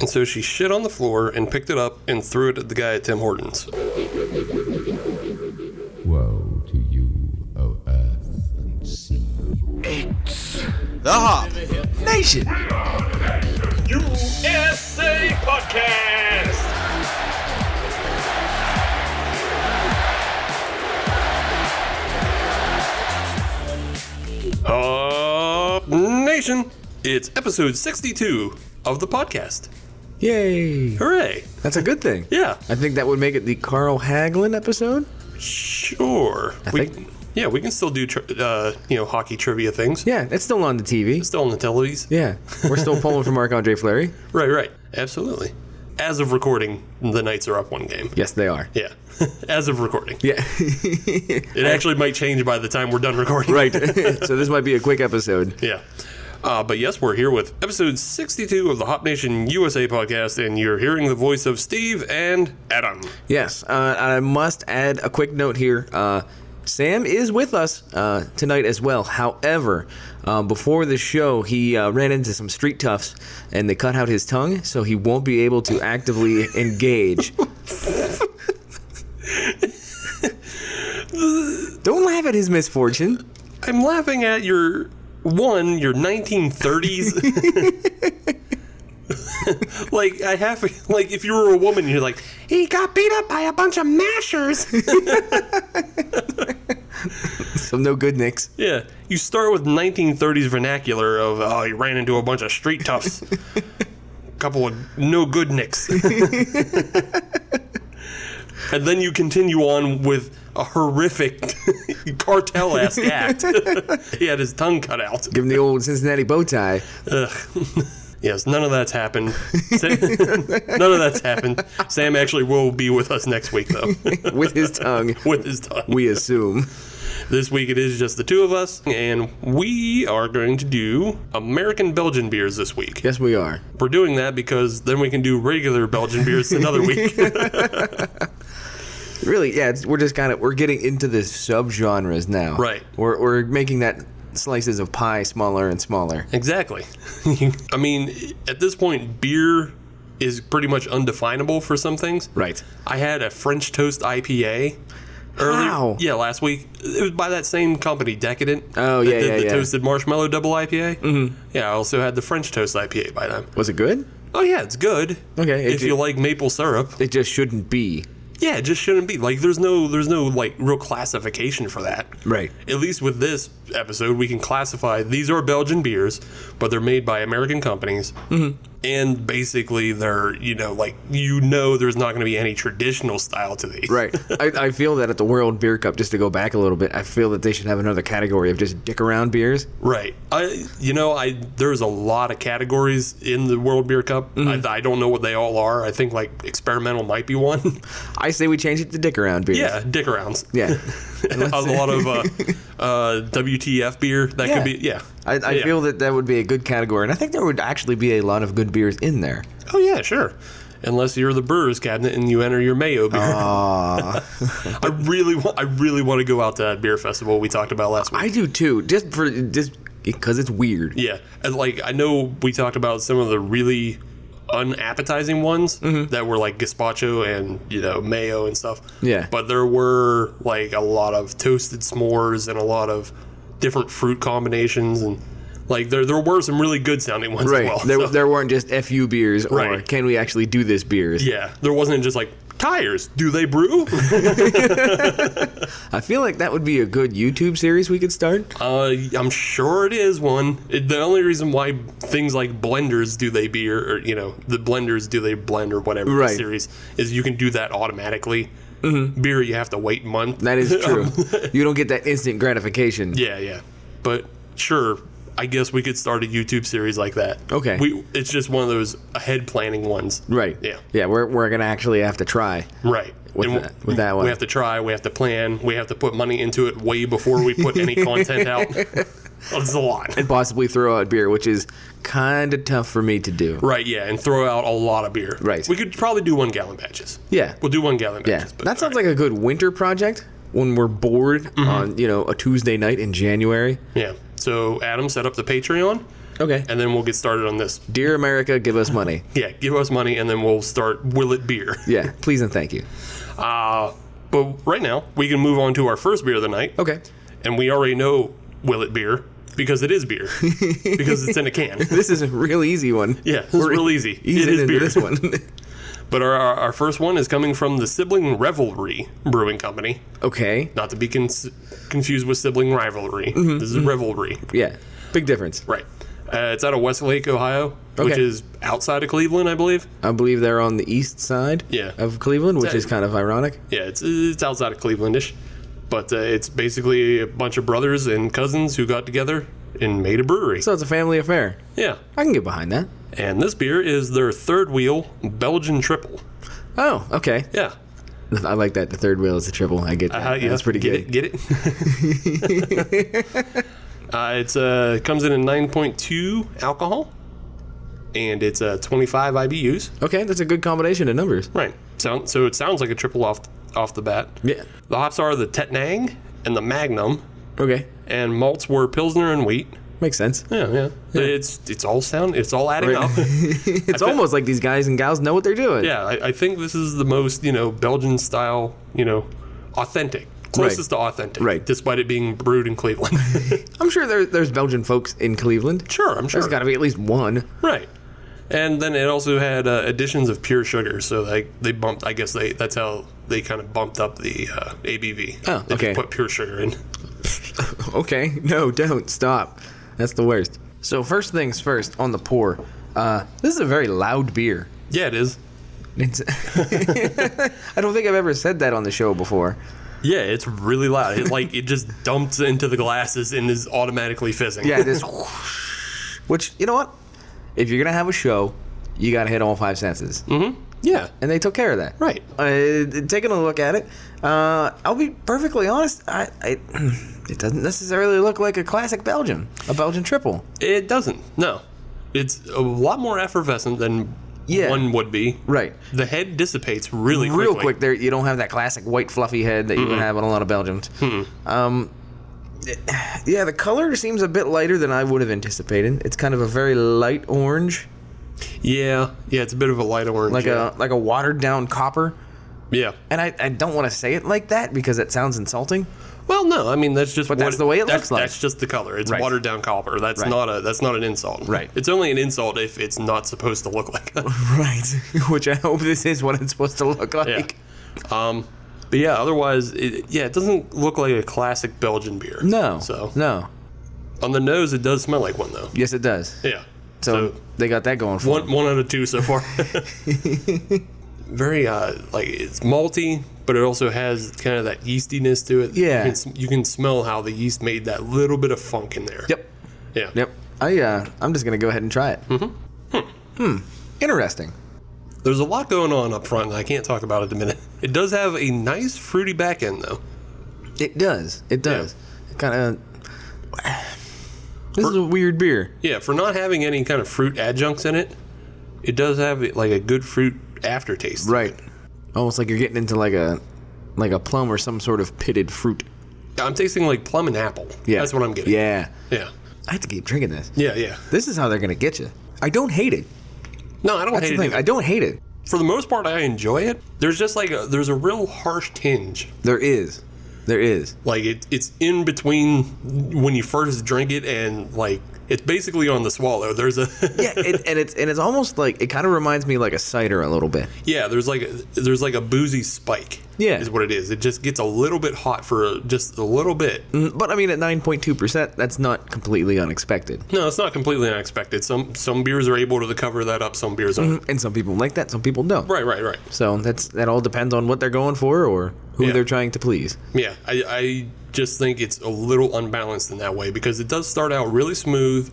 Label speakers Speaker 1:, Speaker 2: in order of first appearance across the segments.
Speaker 1: and so she shit on the floor and picked it up and threw it at the guy at Tim Hortons.
Speaker 2: Woe to you, O earth and sea.
Speaker 3: The Hop Nation.
Speaker 4: USA Podcast.
Speaker 1: Up Nation! It's episode 62 of the podcast.
Speaker 5: Yay!
Speaker 1: Hooray!
Speaker 5: That's a good thing.
Speaker 1: Yeah,
Speaker 5: I think that would make it the Carl Hagelin episode.
Speaker 1: sure.
Speaker 5: I
Speaker 1: we,
Speaker 5: think-
Speaker 1: Yeah, we can still do tr uh, you know hockey trivia things.
Speaker 5: Yeah, it's still on the TV.
Speaker 1: Still on the tellies.
Speaker 5: Yeah, we're still pulling for Marc Andre Fleury.
Speaker 1: Right, right. Absolutely. As of recording, the Knights are up one game.
Speaker 5: Yes, they are.
Speaker 1: Yeah. As of recording.
Speaker 5: Yeah,
Speaker 1: It actually might change by the time we're done recording.
Speaker 5: right. so this might be a quick episode.
Speaker 1: Yeah. Uh, but yes, we're here with episode 62 of the Hop Nation USA podcast, and you're hearing the voice of Steve and Adam.
Speaker 5: Yes, uh, I must add a quick note here. Uh, Sam is with us uh, tonight as well. However, uh, before the show, he uh, ran into some street toughs and they cut out his tongue, so he won't be able to actively engage. Don't laugh at his misfortune.
Speaker 1: I'm laughing at your one, your 1930s. like I have, like if you were a woman, you're like, he got beat up by a bunch of mashers.
Speaker 5: So no good, Nicks.
Speaker 1: Yeah, you start with 1930s vernacular of oh, he ran into a bunch of street toughs, couple of no good nicks, and then you continue on with a horrific cartel esque act. he had his tongue cut out.
Speaker 5: Give him the old Cincinnati bow tie.
Speaker 1: Ugh. yes, none of that's happened. Sa- none of that's happened. Sam actually will be with us next week though,
Speaker 5: with his tongue.
Speaker 1: with his tongue.
Speaker 5: We assume.
Speaker 1: This week it is just the two of us, and we are going to do American Belgian beers this week.
Speaker 5: Yes, we are.
Speaker 1: We're doing that because then we can do regular Belgian beers another week.
Speaker 5: Really, yeah. It's, we're just kind of we're getting into the subgenres now.
Speaker 1: Right.
Speaker 5: We're we're making that slices of pie smaller and smaller.
Speaker 1: exactly. I mean, at this point, beer is pretty much undefinable for some things.
Speaker 5: Right.
Speaker 1: I had a French toast IPA. Earlier,
Speaker 5: How?
Speaker 1: yeah, last week it was by that same company, Decadent.
Speaker 5: Oh,
Speaker 1: that
Speaker 5: yeah,
Speaker 1: did
Speaker 5: yeah,
Speaker 1: the
Speaker 5: yeah.
Speaker 1: toasted marshmallow double IPA. Mm-hmm. Yeah, I also had the French toast IPA by them.
Speaker 5: Was it good?
Speaker 1: Oh yeah, it's good.
Speaker 5: Okay,
Speaker 1: if
Speaker 5: it-
Speaker 1: you like maple syrup.
Speaker 5: It just shouldn't be.
Speaker 1: Yeah, it just shouldn't be. Like there's no there's no like real classification for that.
Speaker 5: Right.
Speaker 1: At least with this episode we can classify these are Belgian beers, but they're made by American companies. Mm-hmm. And basically they're, you know, like you know there's not going to be any traditional style to these.
Speaker 5: Right. I, I feel that at the World Beer Cup, just to go back a little bit, I feel that they should have another category of just dick around beers.
Speaker 1: Right. I you know, I there's a lot of categories in the World Beer Cup. I, I don't know what they all are. I think like experimental might be one.
Speaker 5: I say we change it to dick around beers.
Speaker 1: yeah, dick arounds.
Speaker 5: Yeah.
Speaker 1: a lot of uh, uh, WTF beer that could be yeah.
Speaker 5: I, I
Speaker 1: Yeah.
Speaker 5: feel that that would be a good category, and I think there would actually be a lot of good beers in there.
Speaker 1: Oh yeah, sure. Unless you're the brewer's cabinet and you enter your mayo
Speaker 5: Oh,
Speaker 1: beer.
Speaker 5: Uh,
Speaker 1: I really, wa- I really want to go out to that beer festival we talked about last week.
Speaker 5: I do too, just for just because it's weird.
Speaker 1: yeah, and like I know we talked about some of the really unappetizing ones
Speaker 5: Mm-hmm.
Speaker 1: that were like gazpacho and you know mayo and stuff.
Speaker 5: Yeah.
Speaker 1: but there were like a lot of toasted s'mores and a lot of different fruit combinations and like there there were some really good sounding ones
Speaker 5: Right.
Speaker 1: as well.
Speaker 5: there,
Speaker 1: so-
Speaker 5: there weren't just FU beers or
Speaker 1: Right.
Speaker 5: can we actually do this beers.
Speaker 1: yeah, there wasn't just like tires. Do they brew?
Speaker 5: I feel like that would be a good YouTube series we could start.
Speaker 1: Uh, I'm sure it is one. It, the only reason why things like blenders do they beer or you know the blenders do they blend or whatever the
Speaker 5: Right. Mm-hmm.
Speaker 1: series is you can do that automatically. Beer you have to wait a month.
Speaker 5: That is true. you don't get that instant gratification.
Speaker 1: yeah, yeah. But sure, I guess we could start a YouTube series like that.
Speaker 5: Okay.
Speaker 1: We it's just one of those ahead planning ones.
Speaker 5: Right.
Speaker 1: Yeah.
Speaker 5: Yeah, we're, we're going to actually have to try.
Speaker 1: Right.
Speaker 5: With
Speaker 1: And
Speaker 5: that- with that one.
Speaker 1: we have to try. We have to plan. We have to put money into it way before we put any content out. It's a lot.
Speaker 5: And possibly throw out beer, which is kind of tough for me to do.
Speaker 1: Right, yeah, and throw out a lot of beer.
Speaker 5: Right.
Speaker 1: We could probably do one gallon batches.
Speaker 5: Yeah.
Speaker 1: We'll do one gallon
Speaker 5: Yeah.
Speaker 1: batches.
Speaker 5: That sounds like a good winter project when we're
Speaker 1: Mm-hmm.
Speaker 5: bored on, you know, a Tuesday night in January.
Speaker 1: Yeah. So Adam set up the Patreon.
Speaker 5: Okay.
Speaker 1: and then we'll get started on this.
Speaker 5: Dear America, give us money.
Speaker 1: Yeah, give us money, and then we'll start. Will it beer?
Speaker 5: Yeah, please and thank you.
Speaker 1: Uh, but right now, we can move on to our first beer of the night.
Speaker 5: Okay.
Speaker 1: And we already know Will It Beer because it is beer, because it's in a can.
Speaker 5: This is a real easy one.
Speaker 1: Yeah, it's
Speaker 5: We're
Speaker 1: real easy.
Speaker 5: easing
Speaker 1: it is
Speaker 5: into
Speaker 1: beer.
Speaker 5: this one.
Speaker 1: But our, our, our first one is coming from the Sibling Revelry Brewing Company.
Speaker 5: okay.
Speaker 1: Not to be cons- confused with Sibling Rivalry.
Speaker 5: Mm-hmm.
Speaker 1: This is Revelry.
Speaker 5: Yeah. Big difference.
Speaker 1: Right. Uh, it's out of Westlake, Ohio, which
Speaker 5: Okay.
Speaker 1: is outside of Cleveland, I believe.
Speaker 5: I believe they're on the east side
Speaker 1: Yeah.
Speaker 5: of Cleveland, which
Speaker 1: Yeah.
Speaker 5: is kind of ironic.
Speaker 1: Yeah, it's, it's outside of Clevelandish. But uh, it's basically a bunch of brothers and cousins who got together and made a brewery.
Speaker 5: So it's a family affair.
Speaker 1: yeah.
Speaker 5: I can get behind that.
Speaker 1: And this beer is their third wheel Belgian triple.
Speaker 5: Oh, okay.
Speaker 1: Yeah.
Speaker 5: I like that. The third wheel is a triple. I get that.
Speaker 1: Uh, yeah,
Speaker 5: That's pretty
Speaker 1: get
Speaker 5: good.
Speaker 1: It, get it? uh, it's uh, comes in at 9.2 alcohol, and it's uh, 25 IBUs.
Speaker 5: Okay, that's a good combination of numbers.
Speaker 1: Right. Sound, so it sounds like a triple off off the bat.
Speaker 5: Yeah.
Speaker 1: The hops are the Tetnang and the Magnum,
Speaker 5: Okay.
Speaker 1: and malts were Pilsner and wheat.
Speaker 5: Makes sense.
Speaker 1: Yeah, yeah. It's it's all sound. It's all adding
Speaker 5: Right.
Speaker 1: up.
Speaker 5: It's almost like these guys and gals know what they're doing.
Speaker 1: yeah, I, I think this is the most you know Belgian style you know authentic. Closest to authentic,
Speaker 5: Right.
Speaker 1: Despite it being brewed in Cleveland,
Speaker 5: I'm sure there, there's Belgian folks in Cleveland.
Speaker 1: sure, I'm sure
Speaker 5: There's got to be at least one.
Speaker 1: Right. And then it also had uh, additions of pure sugar, so like they bumped. I guess they that's how they kind of bumped up the uh, ABV.
Speaker 5: Oh,
Speaker 1: They just
Speaker 5: okay.
Speaker 1: put pure sugar in.
Speaker 5: Okay. No, don't stop. That's the worst. So first things first on the pour. Uh, this is a very loud beer.
Speaker 1: Yeah, it is.
Speaker 5: It's I don't think I've ever said that on the show before.
Speaker 1: Yeah, it's really loud. It like it just dumps into the glasses and is automatically fizzing.
Speaker 5: Yeah, this. which you know what? If you're gonna have a show, you gotta hit all five senses,
Speaker 1: yeah.
Speaker 5: and they took care of that.
Speaker 1: Mm-hmm. Right.
Speaker 5: Uh, taking a look at it, uh, I'll be perfectly honest. I, I it doesn't necessarily look like a classic Belgian, a Belgian triple.
Speaker 1: It doesn't. No, it's a lot more effervescent than
Speaker 5: Yeah.
Speaker 1: one would be.
Speaker 5: Right.
Speaker 1: The head dissipates really
Speaker 5: real
Speaker 1: quickly.
Speaker 5: quick there you don't have that classic white fluffy head that you would have on a lot of belgians
Speaker 1: Hmm.
Speaker 5: um yeah the color seems a bit lighter than i would have anticipated it's kind of a very light orange
Speaker 1: Yeah. Yeah. It's a bit of a light orange.
Speaker 5: like
Speaker 1: yeah.
Speaker 5: a like a watered down copper
Speaker 1: Yeah.
Speaker 5: and i, I don't want to say it like that because it sounds insulting
Speaker 1: Well, no, I mean that's just
Speaker 5: But
Speaker 1: what
Speaker 5: that's the way it
Speaker 1: that's,
Speaker 5: looks like.
Speaker 1: That's just the color. It's
Speaker 5: Right.
Speaker 1: watered down copper. That's
Speaker 5: Right.
Speaker 1: not a that's not an insult.
Speaker 5: Right.
Speaker 1: It's only an insult if it's not supposed to look like that.
Speaker 5: right which i hope this is what it's supposed to look
Speaker 1: yeah.
Speaker 5: like
Speaker 1: Um, but yeah, otherwise, it, yeah, it doesn't look like a classic Belgian beer.
Speaker 5: no
Speaker 1: So
Speaker 5: no
Speaker 1: on the nose, it does smell like one though.
Speaker 5: yes it does
Speaker 1: Yeah.
Speaker 5: so, they got that going for
Speaker 1: one
Speaker 5: them.
Speaker 1: one out of two so far. Very uh, like it's malty, but it also has kind of that yeastiness to it.
Speaker 5: Yeah.
Speaker 1: You can, s- you can smell how the yeast made that little bit of funk in there.
Speaker 5: yep
Speaker 1: Yeah.
Speaker 5: yep i uh i'm just gonna go ahead and try it mm-hmm. hmm interesting
Speaker 1: There's a lot going on up front, and I can't talk about it at the minute. It does have a nice fruity back end, though.
Speaker 5: It does. It does. Kind of. This is a weird beer.
Speaker 1: Yeah, for not having any kind of fruit adjuncts in it, it does have like a good fruit aftertaste.
Speaker 5: Right. Almost like you're getting into like a like a plum or some sort of pitted fruit.
Speaker 1: I'm tasting like plum and apple.
Speaker 5: Yeah.
Speaker 1: that's what I'm getting.
Speaker 5: Yeah.
Speaker 1: yeah,
Speaker 5: I have to keep drinking this.
Speaker 1: yeah, yeah.
Speaker 5: This is how they're gonna get you. I don't hate it.
Speaker 1: No, I don't
Speaker 5: That's
Speaker 1: hate
Speaker 5: the
Speaker 1: it.
Speaker 5: thing. I
Speaker 1: either.
Speaker 5: don't hate it.
Speaker 1: for the most part, I enjoy it. There's just like a there's a real harsh tinge.
Speaker 5: There is. There is.
Speaker 1: Like it, it's in between when you first drink it and like it's basically on the swallow. There's a
Speaker 5: Yeah, it, and it's and it's almost like it kind of reminds me like a cider a little bit.
Speaker 1: Yeah, there's like a, there's like a boozy spike.
Speaker 5: Yeah.
Speaker 1: is what it is. It just gets a little bit hot for just a little bit.
Speaker 5: Mm, But I mean, at nine point two percent, that's not completely unexpected.
Speaker 1: No, it's not completely unexpected. Some some beers are able to cover that up. Some beers aren't.
Speaker 5: And some people like that. Some people don't.
Speaker 1: Right, right, right.
Speaker 5: So that's that all depends on what they're going for or who
Speaker 1: Yeah.
Speaker 5: they're trying to please.
Speaker 1: Yeah, I I just think it's a little unbalanced in that way because it does start out really smooth,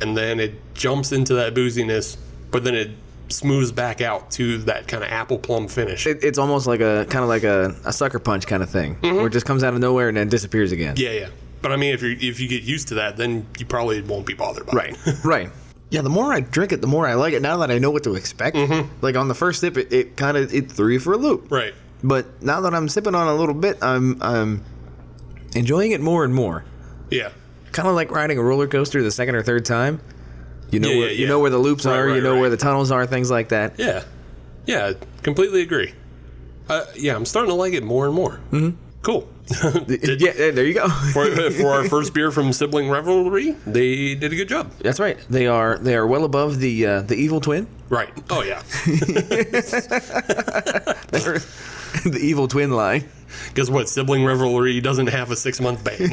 Speaker 1: and then it jumps into that booziness, but then it smooths back out to that kind of apple plum finish.
Speaker 5: It, it's almost like a kind of like a, a sucker punch kind of thing, where it just comes out of nowhere and then disappears again.
Speaker 1: Mm-hmm. yeah, yeah. But I mean, if you if you get used to that, then you probably won't be bothered by it.
Speaker 5: right. Yeah, the more I drink it, the more I like it. Now that I know what to expect, like on the first sip, it, it kind of it threw you for a loop.
Speaker 1: Mm-hmm. right.
Speaker 5: But now that I'm sipping on it a little bit, I'm I'm enjoying it more and more.
Speaker 1: Yeah.
Speaker 5: Kind of like riding a roller coaster the second or third time. You know,
Speaker 1: Yeah,
Speaker 5: where,
Speaker 1: yeah,
Speaker 5: you
Speaker 1: yeah.
Speaker 5: know where the loops
Speaker 1: Right,
Speaker 5: are. you
Speaker 1: right,
Speaker 5: know where
Speaker 1: right.
Speaker 5: the tunnels are. Things like that.
Speaker 1: Yeah, yeah, completely agree. Uh, yeah, I'm starting to like it more and more. Mm-hmm. Cool. Did-
Speaker 5: yeah, there there you go.
Speaker 1: for, for our first beer from Sibling Revelry, they did a good job.
Speaker 5: That's right. They are they are well above the uh, the evil twin.
Speaker 1: Right. Oh yeah.
Speaker 5: They're- the evil twin line.
Speaker 1: Guess what? Sibling Revelry doesn't have a six month ban.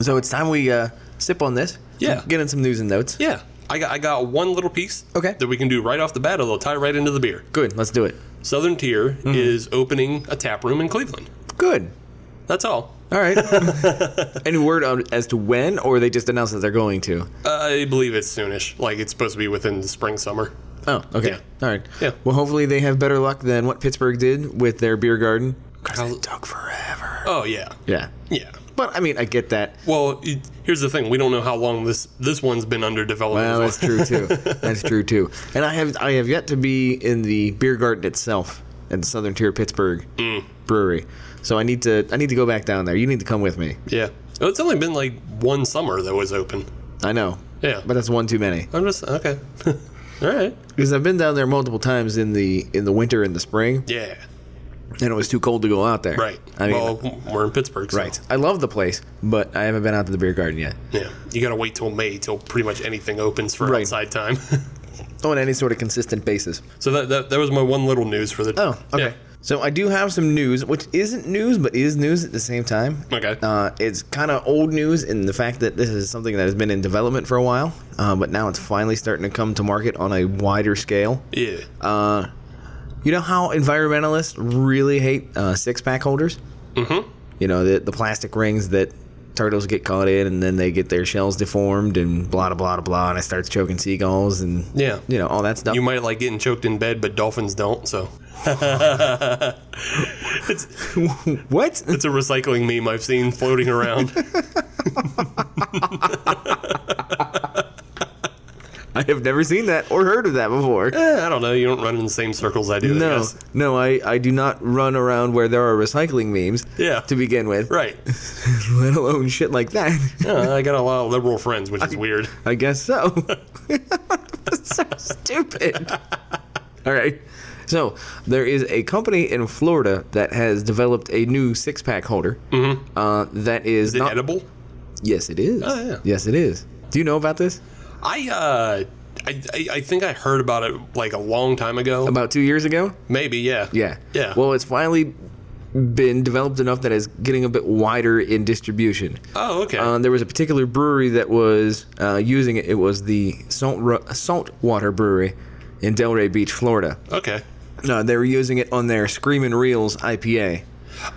Speaker 5: So it's time we uh, sip on this.
Speaker 1: Yeah.
Speaker 5: Get in some news and notes.
Speaker 1: yeah. I got I got one little piece.
Speaker 5: Okay.
Speaker 1: That we can do right off the bat. It'll tie right into the beer.
Speaker 5: Good. Let's do it.
Speaker 1: Southern Tier is opening a tap room in Cleveland.
Speaker 5: Good.
Speaker 1: That's all.
Speaker 5: All right. Any word on, as to when, or they just announced that they're going to?
Speaker 1: I believe it's soonish. Like it's supposed to be within the spring summer.
Speaker 5: Oh, okay.
Speaker 1: Yeah.
Speaker 5: All right.
Speaker 1: Yeah.
Speaker 5: Well, hopefully they have better luck than what Pittsburgh did with their beer garden. 'Cause
Speaker 1: How-
Speaker 5: it took forever.
Speaker 1: Oh yeah.
Speaker 5: Yeah.
Speaker 1: Yeah.
Speaker 5: But I mean, I get that.
Speaker 1: Well, it, here's the thing. We don't know how long this this one's been under development.
Speaker 5: Well,
Speaker 1: as
Speaker 5: that's
Speaker 1: well.
Speaker 5: true too. That's true too. And I have I have yet to be in the beer garden itself in Southern Tier Pittsburgh
Speaker 1: Mm.
Speaker 5: Brewery. So I need to I need to go back down there. You need to come with me.
Speaker 1: yeah. Well, it's only been like one summer that was open.
Speaker 5: I know.
Speaker 1: Yeah.
Speaker 5: But that's one too many.
Speaker 1: I'm just okay. all right.
Speaker 5: Because I've been down there multiple times in the in the winter and the spring,
Speaker 1: Yeah.
Speaker 5: and it was too cold to go out there.
Speaker 1: Right.
Speaker 5: I mean,
Speaker 1: well, we're in Pittsburgh. So.
Speaker 5: right. I love the place, but I haven't been out to the beer garden yet.
Speaker 1: Yeah. You got to wait till May till pretty much anything opens for
Speaker 5: Right.
Speaker 1: outside time.
Speaker 5: On any sort of consistent basis.
Speaker 1: so that, that that was my one little news for the.
Speaker 5: Oh, okay. So I do have some news, which isn't news but is news at the same time.
Speaker 1: Okay.
Speaker 5: Uh, it's kind of old news in the fact that this is something that has been in development for a while, uh, but now it's finally starting to come to market on a wider scale.
Speaker 1: Yeah.
Speaker 5: Uh, you know how environmentalists really hate uh, six pack holders? Mm-hmm. You know, the, the plastic rings that turtles get caught in and then they get their shells deformed and blah, blah, blah, blah, and it starts choking seagulls and,
Speaker 1: Yeah.
Speaker 5: you know, all that stuff.
Speaker 1: You might like getting choked in bed, but dolphins don't. So
Speaker 5: what?
Speaker 1: it's a recycling meme I've seen floating around.
Speaker 5: I have never seen that or heard of that before.
Speaker 1: Eh, I don't know. You don't run in the same circles I do. I
Speaker 5: No,
Speaker 1: guess.
Speaker 5: no, I, I do not run around where there are recycling memes
Speaker 1: Yeah.
Speaker 5: to begin with,
Speaker 1: Right.
Speaker 5: let alone shit like that.
Speaker 1: Yeah, I got a lot of liberal friends, which is weird.
Speaker 5: I guess so. so stupid. All right. So there is a company in Florida that has developed a new six pack holder. Mm-hmm. Uh, that is,
Speaker 1: Is it
Speaker 5: not.
Speaker 1: edible?
Speaker 5: Yes, it is.
Speaker 1: Oh, yeah.
Speaker 5: Yes, it is. Do you know about this?
Speaker 1: I uh, I, I I think I heard about it like a long time ago.
Speaker 5: About two years ago.
Speaker 1: Maybe. Yeah.
Speaker 5: Yeah.
Speaker 1: Yeah.
Speaker 5: Well, it's finally been developed enough that it's getting a bit wider in distribution.
Speaker 1: Oh, okay.
Speaker 5: Uh, there was a particular brewery that was uh, using it. It was the Salt Ru- Saltwater Brewery in Delray Beach, Florida.
Speaker 1: okay.
Speaker 5: No, they were using it on their Screamin' Reels IPA.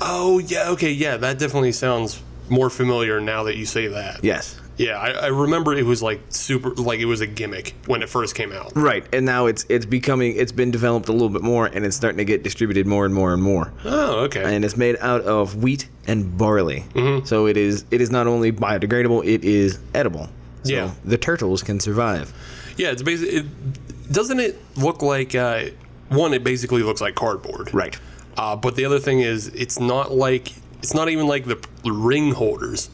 Speaker 1: Oh yeah, okay, yeah. That definitely sounds more familiar now that you say that.
Speaker 5: Yes.
Speaker 1: yeah. I, I remember it was like super, like it was a gimmick when it first came out.
Speaker 5: Right, and now it's it's becoming it's been developed a little bit more, and it's starting to get distributed more and more and more.
Speaker 1: Oh, okay.
Speaker 5: And it's made out of wheat and barley,
Speaker 1: Mm-hmm.
Speaker 5: so it is it is not only biodegradable, it is edible. So
Speaker 1: Yeah.
Speaker 5: the turtles can survive.
Speaker 1: yeah, it's basically. It, doesn't it look like uh, one? It basically looks like cardboard. Uh, but the other thing is, it's not like it's not even like the ring holders.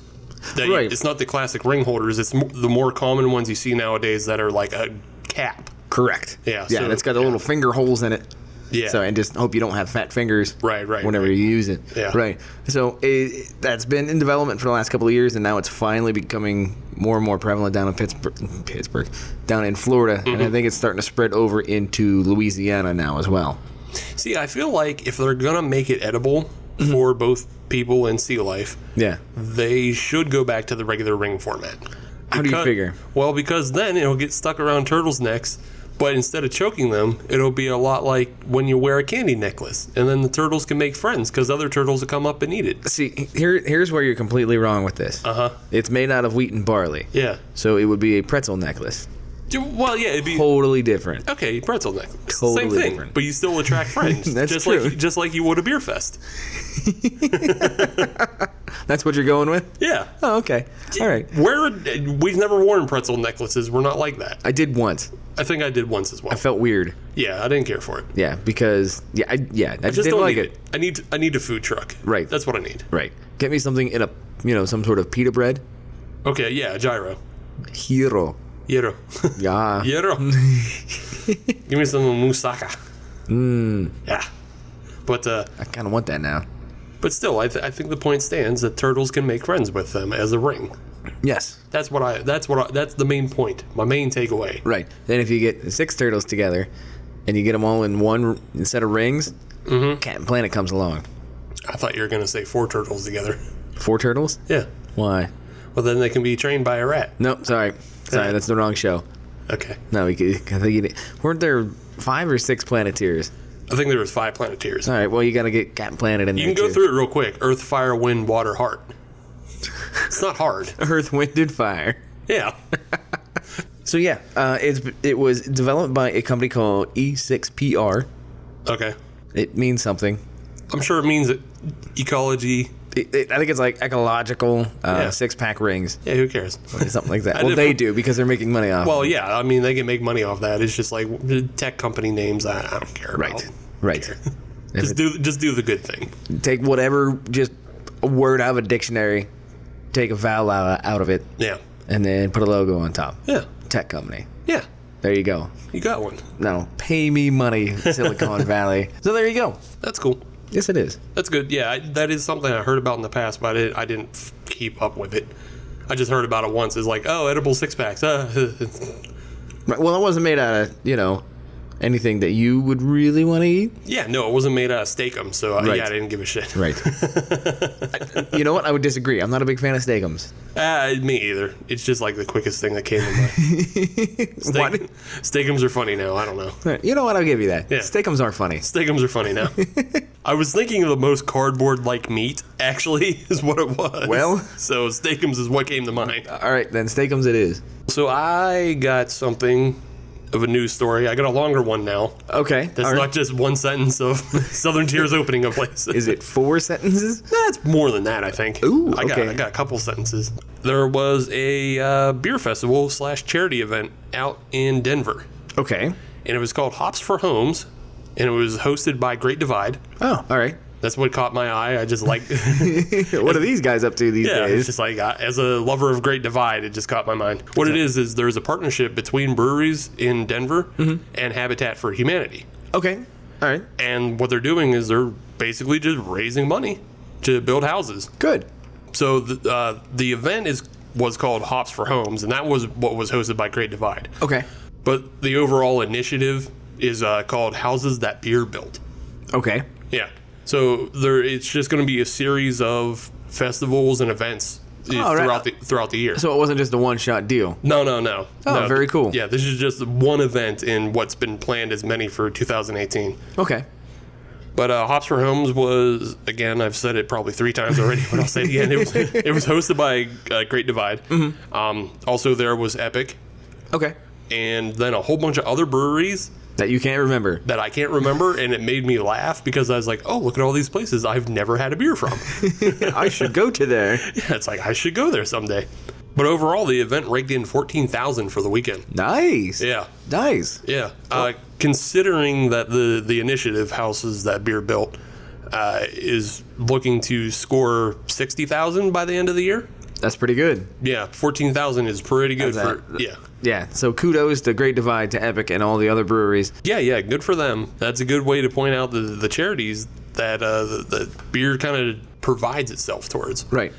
Speaker 1: That
Speaker 5: Right.
Speaker 1: It's not the classic ring holders. It's mo- the more common ones you see nowadays that are like a cap.
Speaker 5: Correct.
Speaker 1: Yeah,
Speaker 5: Yeah,
Speaker 1: so-
Speaker 5: and it's got the little finger holes in it.
Speaker 1: Yeah.
Speaker 5: So and just hope you don't have fat fingers.
Speaker 1: Right, right,
Speaker 5: Whenever
Speaker 1: right.
Speaker 5: you use it.
Speaker 1: Yeah.
Speaker 5: Right. So it, that's been in development for the last couple of years, and now it's finally becoming more and more prevalent down in Pittsburgh, Pittsburgh, down in Florida, and
Speaker 1: Mm-hmm.
Speaker 5: I think it's starting to spread over into Louisiana now as well.
Speaker 1: See, I feel like if they're gonna make it edible
Speaker 5: Mm-hmm.
Speaker 1: for both people and sea life,
Speaker 5: Yeah.
Speaker 1: they should go back to the regular ring format.
Speaker 5: How do you figure?
Speaker 1: Well, because then it'll get stuck around turtles' necks, but instead of choking them, it'll be a lot like when you wear a candy necklace, and then the turtles can make friends because other turtles will come up and eat it.
Speaker 5: See, here here's where you're completely wrong with this. Uh
Speaker 1: Uh-huh.
Speaker 5: It's made out of wheat and barley.
Speaker 1: Yeah.
Speaker 5: So it would be a pretzel necklace.
Speaker 1: D- Well, yeah, it'd be
Speaker 5: Totally different.
Speaker 1: okay. Pretzel necklace,
Speaker 5: Totally
Speaker 1: same thing,
Speaker 5: different.
Speaker 1: but you still attract friends.
Speaker 5: That's
Speaker 1: just
Speaker 5: true.
Speaker 1: like just like you would a beer fest.
Speaker 5: That's what you're going with?
Speaker 1: Yeah.
Speaker 5: Oh, okay. All right.
Speaker 1: We're we've never worn pretzel necklaces. We're not like that.
Speaker 5: I did once.
Speaker 1: I think I did once as well.
Speaker 5: I felt weird.
Speaker 1: yeah, I didn't care for it.
Speaker 5: Yeah, because yeah, I, yeah, I, just
Speaker 1: Just
Speaker 5: didn't
Speaker 1: don't
Speaker 5: like
Speaker 1: need
Speaker 5: it.
Speaker 1: it. I need I need a food truck.
Speaker 5: Right.
Speaker 1: That's what I need.
Speaker 5: Right. Get me something in a you know some sort of pita bread.
Speaker 1: Okay. Yeah, gyro.
Speaker 5: Hero.
Speaker 1: Yero.
Speaker 5: Yeah.
Speaker 1: Yero. Give me some Musaka.
Speaker 5: Mm.
Speaker 1: Yeah. But uh,
Speaker 5: I kind of want that now.
Speaker 1: but still, I, th- I think the point stands that turtles can make friends with them as a ring.
Speaker 5: Yes.
Speaker 1: That's what I. That's what I, That's the main point. My main takeaway.
Speaker 5: Right. Then if you get six turtles together and you get them all in one r- set of rings,
Speaker 1: Mm-hmm.
Speaker 5: Captain Planet comes along.
Speaker 1: I thought you were gonna say four turtles together.
Speaker 5: Four turtles?
Speaker 1: Yeah.
Speaker 5: Why?
Speaker 1: Well, then they can be trained by a rat.
Speaker 5: No, sorry. Sorry, that's the wrong show.
Speaker 1: Okay.
Speaker 5: No, we could, I think you did- weren't there five or six planeteers?
Speaker 1: I think there was five planeteers.
Speaker 5: All right, well, you got to get Captain Planet in
Speaker 1: You
Speaker 5: there.
Speaker 1: can go
Speaker 5: too.
Speaker 1: through it real quick. Earth, fire, wind, water, heart. It's not hard.
Speaker 5: Earth, Wind, and Fire.
Speaker 1: Yeah.
Speaker 5: So, yeah, uh, it's, it was developed by a company called E E6PR.
Speaker 1: Okay.
Speaker 5: It means something.
Speaker 1: I'm sure it means ecology.
Speaker 5: It, it, I think it's like ecological uh,
Speaker 1: Yeah.
Speaker 5: six pack rings
Speaker 1: Yeah, who cares?
Speaker 5: or something like that.
Speaker 1: I
Speaker 5: well,
Speaker 1: did-
Speaker 5: they do because they're making money off.
Speaker 1: Well, yeah, I mean, they can make money off that. It's just like tech company names. I, I don't care. about.
Speaker 5: Right. Right. If
Speaker 1: Just
Speaker 5: it-
Speaker 1: do just do the good thing.
Speaker 5: take whatever, just a word out of a dictionary, take a vowel out out of it,
Speaker 1: Yeah.
Speaker 5: and then put a logo on top.
Speaker 1: Yeah.
Speaker 5: Tech company.
Speaker 1: Yeah.
Speaker 5: There you go.
Speaker 1: You got one.
Speaker 5: Now pay me money, Silicon Valley. So there you go.
Speaker 1: That's cool.
Speaker 5: Yes, it is.
Speaker 1: That's good. Yeah, I, that is something I heard about in the past, but I didn't, I didn't f- keep up with it. I just heard about it once. It's like, oh, edible six packs. Uh,
Speaker 5: Right, well, it wasn't made out of you know anything that you would really want to eat.
Speaker 1: yeah, no, it wasn't made out of steakum, so uh,
Speaker 5: Right.
Speaker 1: yeah, I didn't give a shit.
Speaker 5: Right. you know what? I would disagree. I'm not a big fan of steakums.
Speaker 1: Uh, me either. It's just like the quickest thing that came to mind.
Speaker 5: Why
Speaker 1: Steak,
Speaker 5: did-
Speaker 1: steakums are funny now. I don't know.
Speaker 5: You know what? I'll give you that.
Speaker 1: Yeah.
Speaker 5: Steakums are funny.
Speaker 1: Steakums are funny now. I was thinking of the most cardboard-like meat. Actually, is what it was.
Speaker 5: Well-
Speaker 1: so steakums is what came to mind.
Speaker 5: All right, then steakums it is.
Speaker 1: So I got something of a news story. I got a longer one now.
Speaker 5: Okay.
Speaker 1: That's
Speaker 5: all right.
Speaker 1: not just one sentence of Southern Tier's opening a place.
Speaker 5: Is it four sentences?
Speaker 1: That's more than that, I think.
Speaker 5: Ooh,
Speaker 1: I got,
Speaker 5: okay.
Speaker 1: I got a couple sentences. There was a uh, beer festival slash charity event out in Denver,
Speaker 5: Okay.
Speaker 1: and it was called Hops for Homes, and it was hosted by Great Divide.
Speaker 5: Oh, all right.
Speaker 1: That's what caught my eye. I just like,
Speaker 5: what are these guys up to these
Speaker 1: yeah, it's
Speaker 5: days?
Speaker 1: just like uh, as a lover of Great Divide, it just caught my mind. What it is is there's a partnership between breweries in Denver and Habitat for Humanity.
Speaker 5: Okay. All right.
Speaker 1: and what they're doing is they're basically just raising money to build houses.
Speaker 5: Good.
Speaker 1: So the uh, the event is was called Hops for Homes, and that was what was hosted by Great Divide.
Speaker 5: Okay.
Speaker 1: But the overall initiative is uh, called Houses That Beer Built.
Speaker 5: Okay.
Speaker 1: Yeah. So there, it's just going to be a series of festivals and events uh,
Speaker 5: Oh, right.
Speaker 1: throughout the throughout the year.
Speaker 5: So it wasn't just a one shot deal.
Speaker 1: no, no, no.
Speaker 5: Oh,
Speaker 1: no.
Speaker 5: very cool.
Speaker 1: Yeah, this is just one event in what's been planned as many for 2018.
Speaker 5: Okay.
Speaker 1: But uh, Hops for Homes was again. I've said it probably three times already, but I'll say it again. It was, it was hosted by uh, Great Divide. Um, also, there was Epic,
Speaker 5: Okay.
Speaker 1: and then a whole bunch of other breweries
Speaker 5: That you can't remember.
Speaker 1: that I can't remember, and it made me laugh because I was like, "Oh, look at all these places I've never had a beer from."
Speaker 5: I should go to there.
Speaker 1: it's like I should go there someday. But overall, the event raked in fourteen thousand for the weekend.
Speaker 5: Nice.
Speaker 1: Yeah,
Speaker 5: Nice.
Speaker 1: Yeah, uh, considering that the the initiative houses that beer built uh, is looking to score sixty thousand by the end of the year.
Speaker 5: That's pretty good.
Speaker 1: Yeah, fourteen thousand is pretty good
Speaker 5: That's
Speaker 1: for yeah.
Speaker 5: Yeah. So kudos to Great Divide, to Epic, and all the other breweries.
Speaker 1: Yeah, yeah, good for them. That's a good way to point out the the charities that uh, the, the beer kind of provides itself towards.
Speaker 5: Right.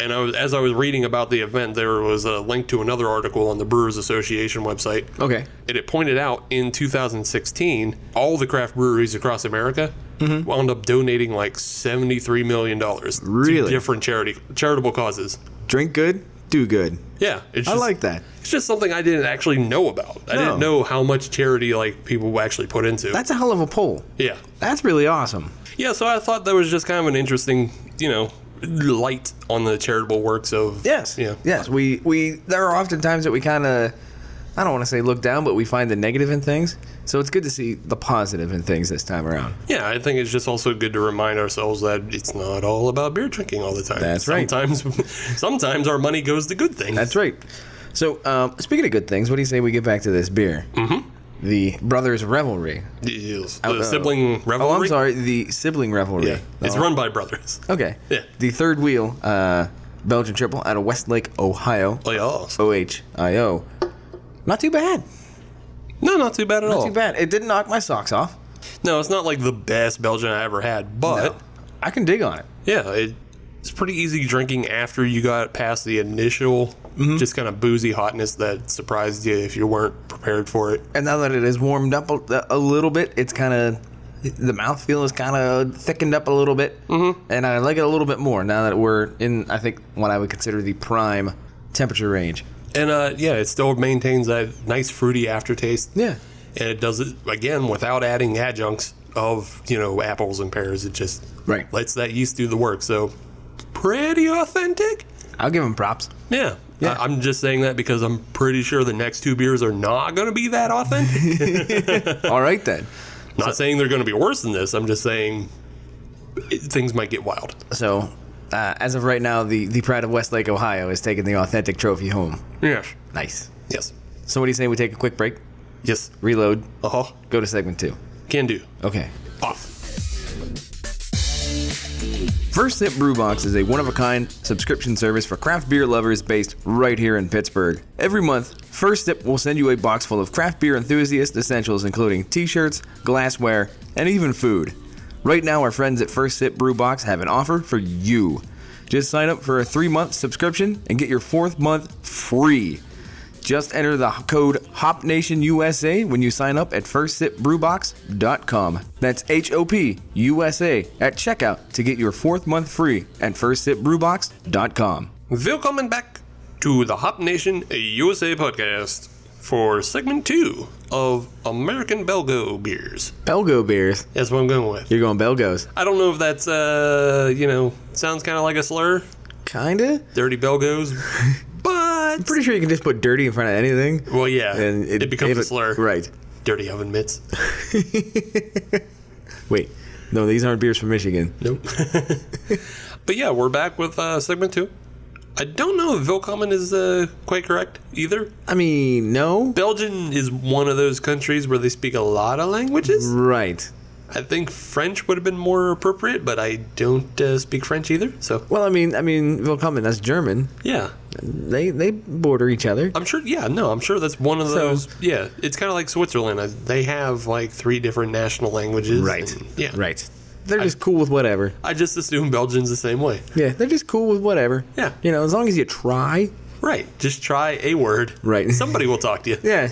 Speaker 1: And I was, as I was reading about the event, there was a link to another article on the Brewers Association website.
Speaker 5: Okay.
Speaker 1: and it pointed out in 2016 all the craft breweries across america
Speaker 5: Mm-hmm.
Speaker 1: wound up donating like 73 million dollars
Speaker 5: Really?
Speaker 1: to different charity charitable causes
Speaker 5: Drink good, do good.
Speaker 1: yeah it's
Speaker 5: I
Speaker 1: just,
Speaker 5: like that.
Speaker 1: it's just something i didn't actually know about i
Speaker 5: No.
Speaker 1: didn't know how much charity like people actually put into
Speaker 5: That's a hell of a poll.
Speaker 1: yeah
Speaker 5: That's really awesome.
Speaker 1: yeah so i thought that was just kind of an interesting you know light on the charitable works of
Speaker 5: Yes.
Speaker 1: yeah
Speaker 5: Yes. We we there are often times that we kind of I don't want to say look down, but we find the negative in things. So it's good to see the positive in things this time around.
Speaker 1: Yeah, I think it's just also good to remind ourselves that it's not all about beer drinking all the time.
Speaker 5: That's right.
Speaker 1: Sometimes, sometimes our money goes to good things.
Speaker 5: That's right. So um, speaking of good things, what do you say we get back to this beer? Mm-hmm. The brothers revelry.
Speaker 1: Yes.
Speaker 5: Oh,
Speaker 1: The
Speaker 5: uh,
Speaker 1: sibling
Speaker 5: Oh,
Speaker 1: revelry.
Speaker 5: I'm sorry. The sibling revelry.
Speaker 1: Yeah, it's
Speaker 5: Oh,
Speaker 1: run by brothers.
Speaker 5: Okay.
Speaker 1: Yeah.
Speaker 5: The third wheel. Uh, Belgian triple out of Westlake, Ohio.
Speaker 1: Play off.
Speaker 5: O H I O. Not too bad.
Speaker 1: No, not too bad at
Speaker 5: Not
Speaker 1: all.
Speaker 5: too bad. It didn't knock my socks off.
Speaker 1: No, it's not like the best Belgian I ever had, but
Speaker 5: I can dig on it.
Speaker 1: yeah, it, it's pretty easy drinking after you got past the initial
Speaker 5: Mm-hmm.
Speaker 1: just kind of boozy hotness that surprised you if you weren't prepared for it.
Speaker 5: And now that it is warmed up a, a little bit, it's kind of the mouthfeel is kind of thickened up a little bit, mm-hmm. and I like it a little bit more now that we're in. I think what I would consider the prime temperature range.
Speaker 1: And uh, yeah, it still maintains that nice fruity aftertaste.
Speaker 5: Yeah,
Speaker 1: and it does it again without adding adjuncts of you know apples and pears. It just
Speaker 5: Right.
Speaker 1: lets that yeast do the work. So pretty authentic.
Speaker 5: I'll give him props.
Speaker 1: Yeah.
Speaker 5: Yeah.
Speaker 1: I, am just saying that because I'm pretty sure the next two beers are not going to be that authentic.
Speaker 5: All right then.
Speaker 1: not saying they're going to be worse than this. I'm just saying it, things might get wild.
Speaker 5: So, uh, as of right now, the the pride of Westlake, Ohio, is taking the authentic trophy home.
Speaker 1: Yes.
Speaker 5: Nice.
Speaker 1: Yes.
Speaker 5: So, what do you say we take a quick break,
Speaker 1: Yes.
Speaker 5: reload,
Speaker 1: Uh huh.
Speaker 5: go to segment two?
Speaker 1: Can do.
Speaker 5: Okay.
Speaker 1: Off.
Speaker 5: First Sip Brewbox is a one of a kind subscription service for craft beer lovers based right here in Pittsburgh. Every month, First Sip will send you a box full of craft beer enthusiast essentials, including t shirts, glassware, and even food. Right now, our friends at First Sip Brewbox have an offer for you. Just sign up for a three month subscription and get your fourth month free. Just enter the code HOPNationUSA when you sign up at firstsipbrewbox.com. That's H O P USA at checkout to get your fourth month free at firstsipbrewbox.com.
Speaker 1: Willkommen back to the Hop Nation USA podcast for segment two of American Belgo beers.
Speaker 5: Belgo beers.
Speaker 1: That's what I'm going with.
Speaker 5: You're going Belgos.
Speaker 1: I don't know if that's uh you know sounds kind of like a slur,
Speaker 5: Kinda.
Speaker 1: dirty Belgos, but
Speaker 5: Pretty sure you can just put dirty in front of anything.
Speaker 1: well yeah,
Speaker 5: And
Speaker 1: it,
Speaker 5: it,
Speaker 1: becomes
Speaker 5: it'll-
Speaker 1: a slur.
Speaker 5: Right.
Speaker 1: Dirty oven mitts.
Speaker 5: Wait. No, these aren't beers from Michigan.
Speaker 1: Nope. but yeah, we're back with uh, segment two. I don't know if Willkommen is uh, quite correct either.
Speaker 5: I mean, no.
Speaker 1: Belgium is one of those countries where they speak a lot of languages.
Speaker 5: Right.
Speaker 1: I think French would have been more appropriate, but I don't uh, speak French either. So
Speaker 5: Well, I mean, I mean, Willkommen, that's German.
Speaker 1: yeah,
Speaker 5: They they border each other.
Speaker 1: I'm sure. Yeah, no, I'm sure that's one of
Speaker 5: So-
Speaker 1: those. yeah, it's kind of like Switzerland. Uh, They have like three different national languages. and- yeah.
Speaker 5: Right. They're just cool with whatever.
Speaker 1: I just assume Belgians the same way.
Speaker 5: Yeah, they're just cool with whatever.
Speaker 1: Yeah.
Speaker 5: You know, as long as you try.
Speaker 1: Right. Just try a word.
Speaker 5: Right.
Speaker 1: Somebody will talk to you.
Speaker 5: Yeah.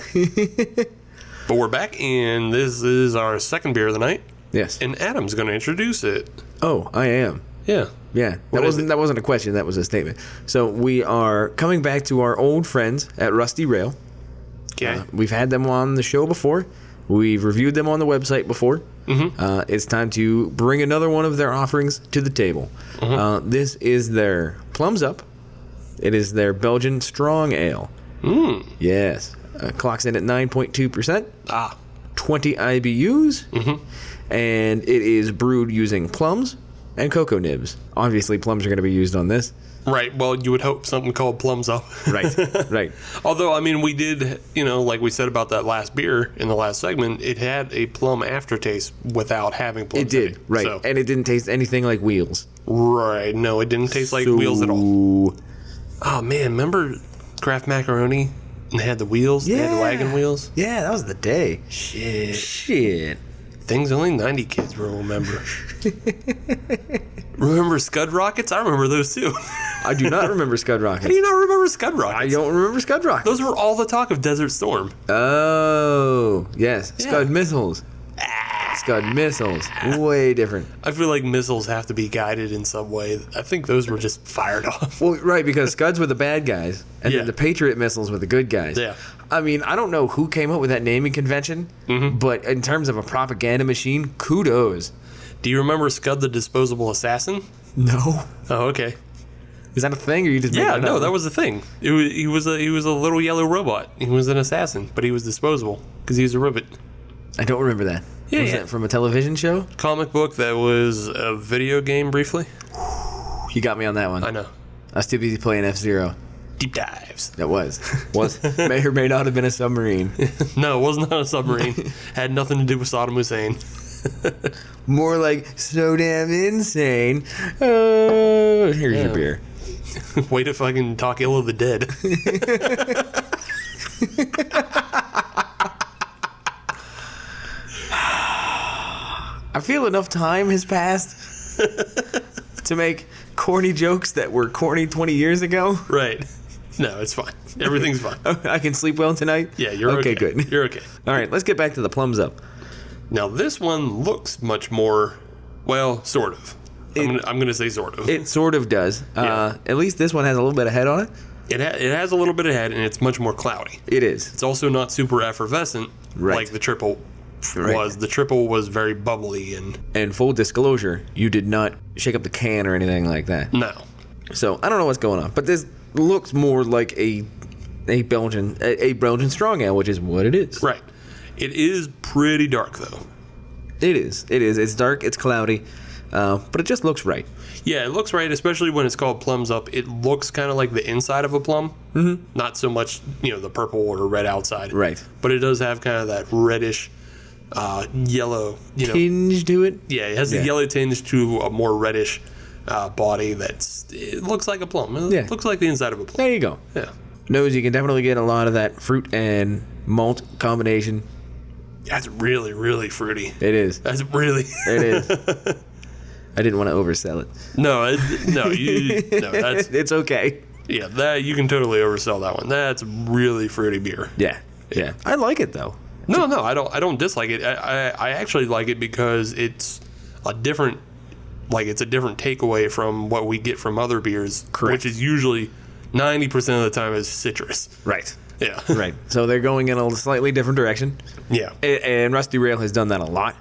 Speaker 1: But we're back, and this is our second beer of the night,
Speaker 5: yes.
Speaker 1: and Adam's going to introduce it.
Speaker 5: oh, I am.
Speaker 1: Yeah.
Speaker 5: Yeah.
Speaker 1: What
Speaker 5: That
Speaker 1: is
Speaker 5: wasn't
Speaker 1: it?
Speaker 5: that wasn't a question, that was a statement. So we are coming back to our old friends at Rusty Rail.
Speaker 1: Okay.
Speaker 5: We've had them on the show before. We've reviewed them on the website before.
Speaker 1: Mm-hmm.
Speaker 5: Uh, it's time to bring another one of their offerings to the table.
Speaker 1: Mm-hmm.
Speaker 5: Uh, this is their Plums Up. It is their Belgian Strong Ale.
Speaker 1: Mm.
Speaker 5: Yes. Uh, clocks in at 9.2%,
Speaker 1: ah. Mm-hmm.
Speaker 5: 20 IBUs, and it is brewed using plums and cocoa nibs. Obviously, plums are going to be used on this.
Speaker 1: Right. Well, you would hope something called plums up.
Speaker 5: Right, right.
Speaker 1: Although, I mean, we did, you know, like we said about that last beer in the last segment, it had a plum aftertaste without having plums.
Speaker 5: It did,
Speaker 1: in
Speaker 5: right.
Speaker 1: So-
Speaker 5: And it didn't taste anything like wheels.
Speaker 1: Right. No, it didn't taste like wheels at all.
Speaker 5: So-
Speaker 1: Oh man, remember Kraft macaroni? And they had the wheels. They had the wagon
Speaker 5: Yeah.
Speaker 1: wheels.
Speaker 5: Yeah, that was the day.
Speaker 1: Shit.
Speaker 5: Shit.
Speaker 1: Things only ninety kids will remember. remember Scud Rockets? I remember those too.
Speaker 5: I do not remember Scud
Speaker 1: Do
Speaker 5: Rockets.
Speaker 1: you not remember Scud
Speaker 5: I
Speaker 1: Rockets?
Speaker 5: don't remember Scud Rockets.
Speaker 1: Those were all the talk of Desert Storm.
Speaker 5: Oh, yes.
Speaker 1: Yeah. Ah.
Speaker 5: Scud missiles. Scud missiles. Way different.
Speaker 1: I feel like missiles have to be guided in some way. I think those were just fired off.
Speaker 5: Well, right, because Scuds were the bad guys, and
Speaker 1: Yeah.
Speaker 5: then the Patriot missiles were the good guys.
Speaker 1: Yeah.
Speaker 5: I mean, I don't know who came up with that naming convention,
Speaker 1: Mm-hmm.
Speaker 5: but in terms of a propaganda machine, kudos.
Speaker 1: Do you remember Scud the Disposable Assassin?
Speaker 5: No.
Speaker 1: Oh, okay.
Speaker 5: Is that a thing, or you just made
Speaker 1: Yeah, no,
Speaker 5: up?
Speaker 1: that was the thing. It was, he was a he was a little yellow robot. He was an assassin, but he was disposable because he was a rivet.
Speaker 5: I don't remember that.
Speaker 1: Yeah,
Speaker 5: was
Speaker 1: yeah.
Speaker 5: that from a television show?
Speaker 1: Comic book that was a video game briefly.
Speaker 5: You got me on that one.
Speaker 1: I know.
Speaker 5: I was too busy playing F Zero.
Speaker 1: Deep dives.
Speaker 5: That was was may or may not have been a submarine.
Speaker 1: No, it was not a submarine. Had nothing to do with Saddam Hussein.
Speaker 5: More like so damn insane. Oh, here's
Speaker 1: Yeah.
Speaker 5: your beer.
Speaker 1: Way to fucking talk ill of the dead.
Speaker 5: I feel enough time has passed to make corny jokes that were corny 20 years ago.
Speaker 1: right. No, it's fine. Everything's fine.
Speaker 5: I can sleep well tonight.
Speaker 1: Yeah, you're okay.
Speaker 5: okay. Good.
Speaker 1: You're okay.
Speaker 5: All right, let's get back to the plums up.
Speaker 1: Now this one looks much more, well, sort of.
Speaker 5: It-
Speaker 1: I'm, gonna, I'm gonna say sort of. It,
Speaker 5: It sort of does. Uh, at least this one has a little bit of head on it.
Speaker 1: ha- it has a little bit of head, and it's much more cloudy.
Speaker 5: It is.
Speaker 1: It's also not super effervescent
Speaker 5: Right.
Speaker 1: like the triple
Speaker 5: Right.
Speaker 1: was. The triple was very bubbly and
Speaker 5: And full disclosure, you did not shake up the can or anything like that.
Speaker 1: no,
Speaker 5: So I don't know what's going on, but this looks more like a a Belgian a, a Belgian strong ale, which is what it is.
Speaker 1: right. It is pretty dark though.
Speaker 5: It is. It is. It's dark. It's cloudy, uh, but it just looks right.
Speaker 1: Yeah, it looks right, especially when it's called plums up. It looks kind of like the inside of a plum, mm-hmm. not so much you know the purple or red outside.
Speaker 5: Right.
Speaker 1: But it does have kind of that reddish, uh, yellow. You know,
Speaker 5: Tinge to it.
Speaker 1: yeah, it has
Speaker 5: Yeah.
Speaker 1: a yellow tinge to a more reddish uh, body. That's it looks like a plum. It
Speaker 5: Yeah.
Speaker 1: looks like the inside of a plum.
Speaker 5: There you go.
Speaker 1: Yeah.
Speaker 5: Nose, you can definitely get a lot of that fruit and malt combination.
Speaker 1: That's really really fruity.
Speaker 5: It is.
Speaker 1: That's really
Speaker 5: It is. I didn't want to oversell it.
Speaker 1: no it- no you no that's
Speaker 5: it's okay.
Speaker 1: yeah that you can totally oversell that one. That's really fruity beer.
Speaker 5: Yeah. Yeah. I like it though.
Speaker 1: No, no, I don't. I don't dislike it. I, I, I actually like it because it's a different, like it's a different takeaway from what we get from other beers,
Speaker 5: Correct.
Speaker 1: which is usually ninety percent of the time is citrus.
Speaker 5: Right.
Speaker 1: Yeah,
Speaker 5: Right. So they're going in a slightly different direction.
Speaker 1: yeah,
Speaker 5: A- And Rusty Rail has done that a lot.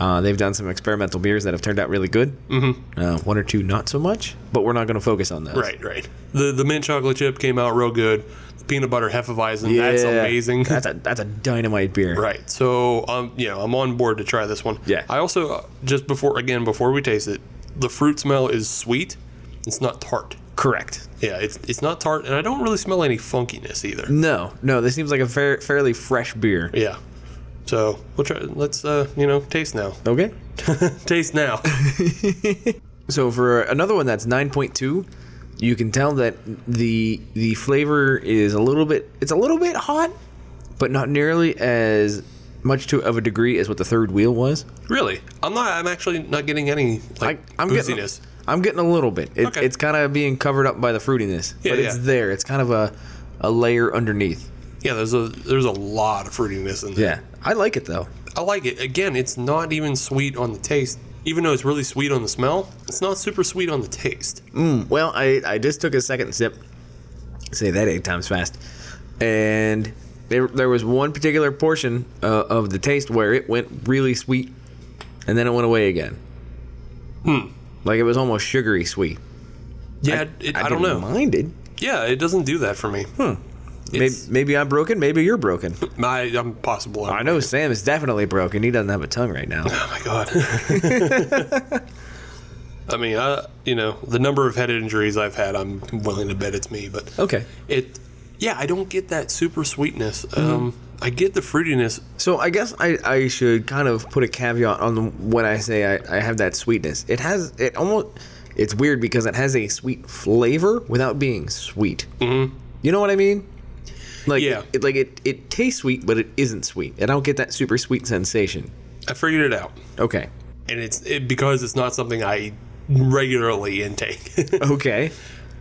Speaker 5: Uh, they've done some experimental beers that have turned out really good. Mm-hmm. Uh, one or two, not so much. But we're not going to focus on those.
Speaker 1: right, right. The the mint chocolate chip came out real good. The peanut butter hefeweizen, that's
Speaker 5: Yeah.
Speaker 1: amazing.
Speaker 5: That's a that's a dynamite beer.
Speaker 1: Right. So, um, you know, I'm on board to try this one.
Speaker 5: Yeah.
Speaker 1: I also uh, just before again before we taste it, the fruit smell is sweet. It's not tart.
Speaker 5: Correct.
Speaker 1: Yeah, it's it's not tart, and I don't really smell any funkiness either.
Speaker 5: No, no. This seems like a fair, fairly fresh beer.
Speaker 1: Yeah. So we'll try. Let's uh, you know, taste now.
Speaker 5: Okay.
Speaker 1: Taste now.
Speaker 5: So for another one that's 9.2, you can tell that the the flavor is a little bit it's a little bit hot, but not nearly as much to of a degree as what the third wheel was.
Speaker 1: really, I'm not. I'm actually not getting any like
Speaker 5: I'm getting
Speaker 1: booziness.
Speaker 5: I'm getting a little bit. It,
Speaker 1: Okay.
Speaker 5: It's kind of being covered up by the fruitiness,
Speaker 1: Yeah,
Speaker 5: but it's
Speaker 1: yeah.
Speaker 5: there. It's kind of a a layer underneath.
Speaker 1: yeah, there's a there's a lot of fruitiness in there.
Speaker 5: Yeah, I like it though.
Speaker 1: I like it. Again, it's not even sweet on the taste. Even though it's really sweet on the smell, it's not super sweet on the taste.
Speaker 5: Mm, Well, I, I just took a second sip. Say that eight times fast. And there, there was one particular portion uh, of the taste where it went really sweet and then it went away again. Hmm. Like it was almost sugary sweet.
Speaker 1: Yeah, it, I, don't know.
Speaker 5: didn't mind it.
Speaker 1: Yeah, it doesn't do that for me. Hmm.
Speaker 5: Maybe,
Speaker 1: It's-
Speaker 5: maybe I'm broken. Maybe you're broken.
Speaker 1: My, I'm possible.
Speaker 5: I know Sam is definitely broken. He doesn't have a tongue right now.
Speaker 1: Oh my god. I mean, I you know the number of head injuries I've had, I'm willing to bet it's me. But
Speaker 5: Okay.
Speaker 1: it, yeah, I don't get that super sweetness.
Speaker 5: Mm-hmm.
Speaker 1: Um, I get the fruitiness.
Speaker 5: So I guess I, I should kind of put a caveat on the, when I say I, I have that sweetness. It has it almost it's weird because it has a sweet flavor without being sweet. Mm-hmm. You know what I mean? Like
Speaker 1: Yeah.
Speaker 5: it, like it it tastes sweet, but it isn't sweet. And I don't get that super sweet sensation.
Speaker 1: I figured it out,
Speaker 5: Okay.
Speaker 1: and it's it, because it's not something I regularly intake.
Speaker 5: Okay.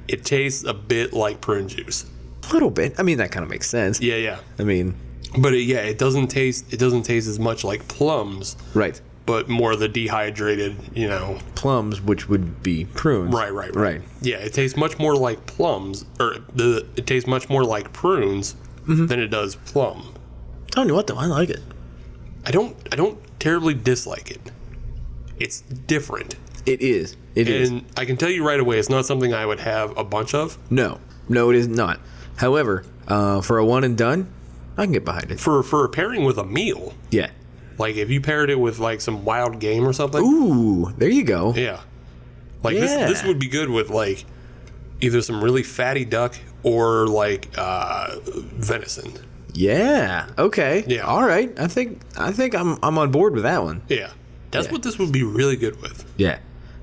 Speaker 1: it tastes a bit like prune juice.
Speaker 5: a little bit. I mean that kind of makes sense.
Speaker 1: Yeah, yeah.
Speaker 5: I mean,
Speaker 1: But it, yeah, it doesn't taste it doesn't taste as much like plums,
Speaker 5: right.
Speaker 1: but more the dehydrated. You know,
Speaker 5: Plums, which would be prunes.
Speaker 1: Right, right, right.
Speaker 5: Right.
Speaker 1: Yeah, it tastes much more like plums, or the it tastes much more like prunes
Speaker 5: Mm-hmm.
Speaker 1: than it does plum.
Speaker 5: Tell you what though, I like it.
Speaker 1: I don't, I don't terribly dislike it. It's different,
Speaker 5: It is. It is.
Speaker 1: and I can tell you right away, it's not something I would have a bunch of
Speaker 5: No, no, it is not. However, uh, for a one and done, I can get behind it.
Speaker 1: for for a pairing with a meal.
Speaker 5: Yeah.
Speaker 1: Like if you paired it with like some wild game or something,
Speaker 5: Ooh, there you go.
Speaker 1: yeah. Like
Speaker 5: Yeah.
Speaker 1: this, this would be good with like either some really fatty duck or like uh, venison.
Speaker 5: Yeah. Okay.
Speaker 1: Yeah.
Speaker 5: All right. I think I think I'm I'm on board with that one.
Speaker 1: Yeah, that's what this would be really good with.
Speaker 5: Yeah.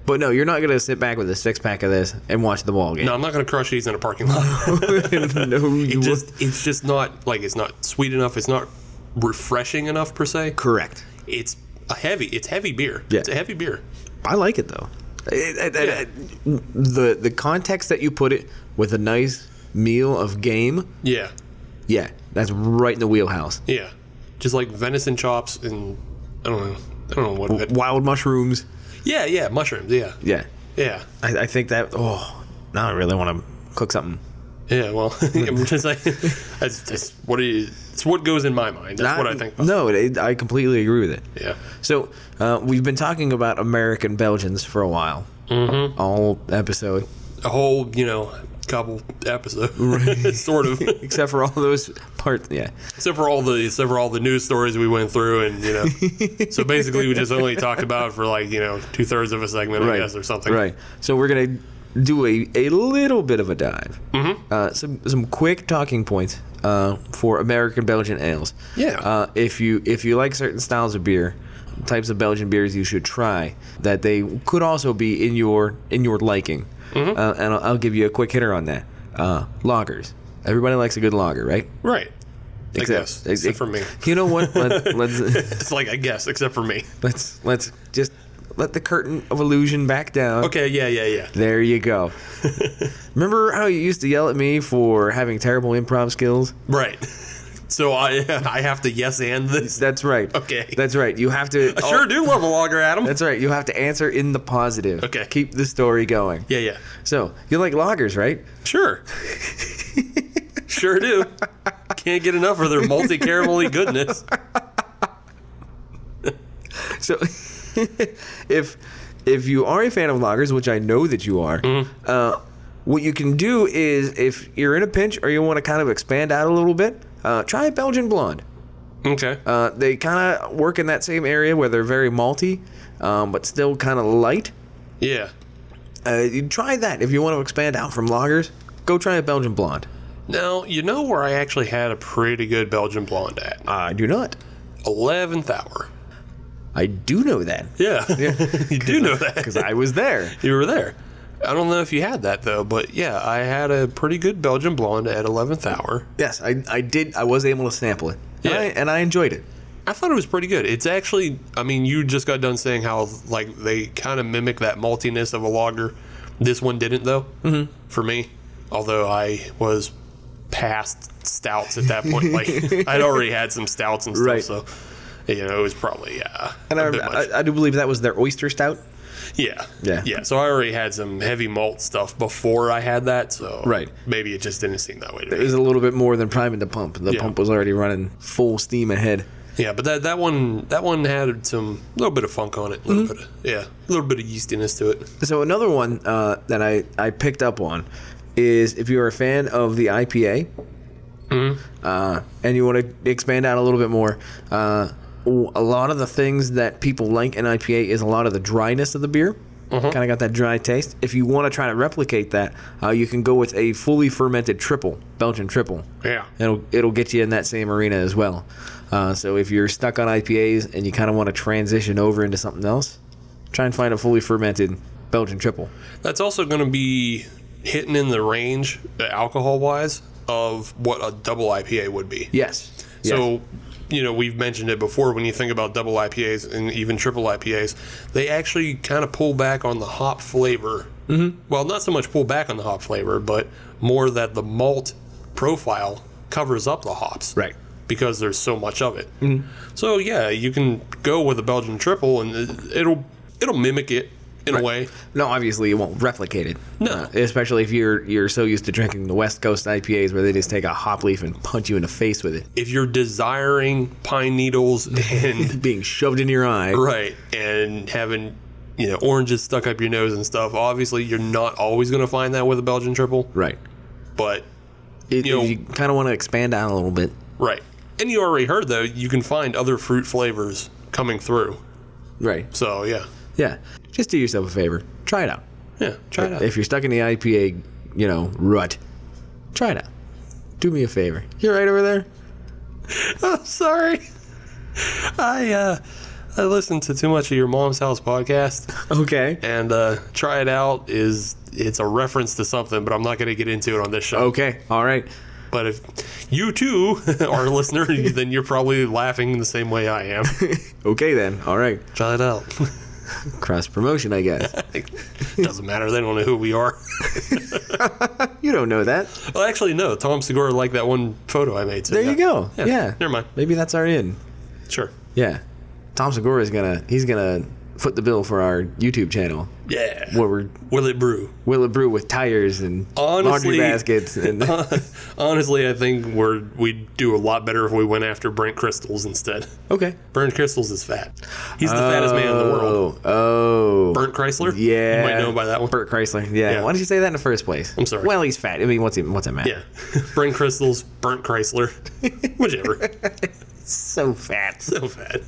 Speaker 5: But no, you're not gonna sit back with a six pack of this and watch the ball game.
Speaker 1: No, I'm not going to crush these in a parking lot.
Speaker 5: no, you
Speaker 1: it
Speaker 5: won't.
Speaker 1: just it's just not like it's not sweet enough. It's not refreshing enough per se.
Speaker 5: correct.
Speaker 1: It's a heavy. It's heavy beer.
Speaker 5: Yeah.
Speaker 1: It's a heavy beer.
Speaker 5: I like it though. It- it- it- the the context that you put it with a nice meal of game,
Speaker 1: Yeah.
Speaker 5: yeah, that's right in the wheelhouse.
Speaker 1: Yeah. Just like venison chops and I don't know. I don't know what.
Speaker 5: Wild mushrooms,
Speaker 1: yeah. Yeah. Mushrooms. Yeah.
Speaker 5: yeah.
Speaker 1: Yeah.
Speaker 5: I, I think that. Oh, now I really want to cook something.
Speaker 1: Yeah. Well, I'm just like that's, that's what it- it's what goes in my mind. That's what I think. About.
Speaker 5: No, it, I completely agree with it.
Speaker 1: Yeah.
Speaker 5: So uh, we've been talking about American Belgians for a while, mm-hmm. all episode,
Speaker 1: A whole you know couple episode sort of
Speaker 5: except for all those parts. Yeah,
Speaker 1: except for all the except for all the news stories we went through and you know so basically we just only talked about it for like you know two thirds of a segment I guess or something
Speaker 5: Right. So we're gonna do a, a little bit of a dive. Mm-hmm. Uh, some some quick talking points uh, for American Belgian ales.
Speaker 1: Yeah.
Speaker 5: Uh, if you if you like certain styles of beer, types of Belgian beers you should try that they could also be in your in your liking.
Speaker 1: Mm-hmm.
Speaker 5: Uh, and I'll, I'll give you a quick hitter on that. Uh, lagers. Everybody likes a good lager, right?
Speaker 1: right I guess except for me
Speaker 5: You know what? Let, let's
Speaker 1: it's like I guess except for me
Speaker 5: let's let's just let the curtain of illusion back down.
Speaker 1: okay yeah yeah yeah
Speaker 5: There you go. Remember how you used to yell at me for having terrible improv skills?
Speaker 1: right so I I have to yes and this
Speaker 5: That's right.
Speaker 1: Okay.
Speaker 5: That's right. You have to.
Speaker 1: I sure do love a logger Adam
Speaker 5: That's right. You have to answer in the positive.
Speaker 1: Okay.
Speaker 5: Keep the story going.
Speaker 1: yeah yeah
Speaker 5: So you like loggers, right?
Speaker 1: sure sure do can't get enough of their multi caramelly goodness
Speaker 5: So if if you are a fan of loggers, which I know that you are,
Speaker 1: Mm-hmm.
Speaker 5: uh, what you can do is if you're in a pinch or you want to kind of expand out a little bit, uh, try a Belgian blonde.
Speaker 1: okay
Speaker 5: Uh, they kind of work in that same area where they're very malty, um, but still kind of light.
Speaker 1: yeah
Speaker 5: Uh, you try that if you want to expand out from lagers. Go try a Belgian blonde.
Speaker 1: now you know where I actually had a pretty good Belgian blonde at
Speaker 5: I do not.
Speaker 1: eleventh hour.
Speaker 5: I do know that
Speaker 1: Yeah, you do know that
Speaker 5: because I was there.
Speaker 1: you were there. I don't know if you had that though, but yeah, I had a pretty good Belgian blonde at eleventh hour.
Speaker 5: Yes, I, I did. I was able to sample it. And,
Speaker 1: Yeah.
Speaker 5: I, and I enjoyed it.
Speaker 1: I thought it was pretty good. It's actually, I mean, you just got done saying how like they kind of mimic that maltiness of a lager. This one didn't though, mm-hmm. for me. Although I was past stouts at that point, like I'd already had some stouts and stuff,
Speaker 5: Right.
Speaker 1: so you know it was probably yeah.
Speaker 5: And I,
Speaker 1: a bit much.
Speaker 5: I, I do believe that was their oyster stout.
Speaker 1: Yeah.
Speaker 5: Yeah.
Speaker 1: Yeah. So I already had some heavy malt stuff before I had that. So
Speaker 5: Right.
Speaker 1: maybe it just didn't seem that way to
Speaker 5: It was
Speaker 1: me.
Speaker 5: a little bit more than priming the pump. The
Speaker 1: Yeah.
Speaker 5: pump was already running full steam ahead.
Speaker 1: Yeah, but that, that one that one had some little bit of funk on it. A little bit
Speaker 5: Mm-hmm.
Speaker 1: of, yeah. A little bit of yeastiness to it.
Speaker 5: So another one uh, that I, I picked up on is if you're a fan of the IPA uh, and you want to expand out a little bit more, uh, w- a lot of the things that people like in IPA is a lot of the dryness of the beer. Kind of got that dry taste. If you want to try to replicate that, uh, you can go with a fully fermented triple, Belgian triple.
Speaker 1: Yeah.
Speaker 5: It'll it'll get you in that same arena as well. Uh, so if you're stuck on IPAs and you kind of want to transition over into something else, try and find a fully fermented Belgian triple.
Speaker 1: That's also going to be hitting in the range alcohol wise of what a double IPA would be.
Speaker 5: Yes.
Speaker 1: So, you know, we've mentioned it before when you think about double IPAs and even triple IPAs, they actually kind of pull back on the hop flavor. Mm-hmm. Well, not so much pull back on the hop flavor, but more that the malt profile covers up the hops.
Speaker 5: Right.
Speaker 1: Because there's so much of it. Mm-hmm. So, yeah, you can go with a Belgian triple and it- it'll it'll mimic it in a way.
Speaker 5: no, obviously you won't replicate it. Uh,
Speaker 1: No.
Speaker 5: especially if you're you're so used to drinking the West Coast IPAs where they just take a hop leaf and punch you in the face with it,
Speaker 1: If you're desiring pine needles and
Speaker 5: being shoved in your eye.
Speaker 1: right and having you know oranges stuck up your nose and stuff obviously you're not always going to find that with a belgian triple
Speaker 5: Right.
Speaker 1: but
Speaker 5: It,
Speaker 1: You know-
Speaker 5: you kind of want to expand out a little bit.
Speaker 1: right and you already heard though you can find other fruit flavors coming through
Speaker 5: Right.
Speaker 1: so yeah
Speaker 5: Yeah. Just do yourself a favor. Try it out.
Speaker 1: yeah try it out
Speaker 5: If you're stuck in the IPA, you know, rut, try it out. Do me a favor. You're right over there.
Speaker 1: sorry i uh I listened to too much of your mom's house podcast,
Speaker 5: Okay.
Speaker 1: and uh, try it out is it's a reference to something, but I'm not going to get into it on this show.
Speaker 5: Okay. All right.
Speaker 1: But if you too are a listener, then you're probably laughing the same way I am.
Speaker 5: Okay then. All right.
Speaker 1: Try it out.
Speaker 5: Cross promotion, I guess.
Speaker 1: Doesn't matter. They don't know who we are.
Speaker 5: you don't know that.
Speaker 1: Well, actually, no. Tom Segura liked that one photo I made. So
Speaker 5: There
Speaker 1: yeah.
Speaker 5: you go. Yeah.
Speaker 1: Never mind.
Speaker 5: Maybe that's our in.
Speaker 1: Sure.
Speaker 5: Yeah. Tom Segura is gonna he's gonna foot the bill for our YouTube channel
Speaker 1: Yeah.
Speaker 5: where we're
Speaker 1: Will it brew?
Speaker 5: Will it brew with tires and laundry
Speaker 1: Honestly-
Speaker 5: baskets and
Speaker 1: Honestly, I think we're we'd do a lot better if we went after Brent Crystals instead.
Speaker 5: okay.
Speaker 1: Brent Crystals is fat. He's the fattest man in the world.
Speaker 5: Oh, oh,
Speaker 1: Brent Chrysler.
Speaker 5: yeah.
Speaker 1: You might know him by that one.
Speaker 5: Burt Chrysler. Yeah.
Speaker 1: Yeah.
Speaker 5: Why did you say that in the first place?
Speaker 1: I'm sorry.
Speaker 5: Well, he's fat. I mean, what's it? What's it matter?
Speaker 1: Yeah. Brent Crystals. Brent Chrysler. Whichever.
Speaker 5: So fat.
Speaker 1: so fat.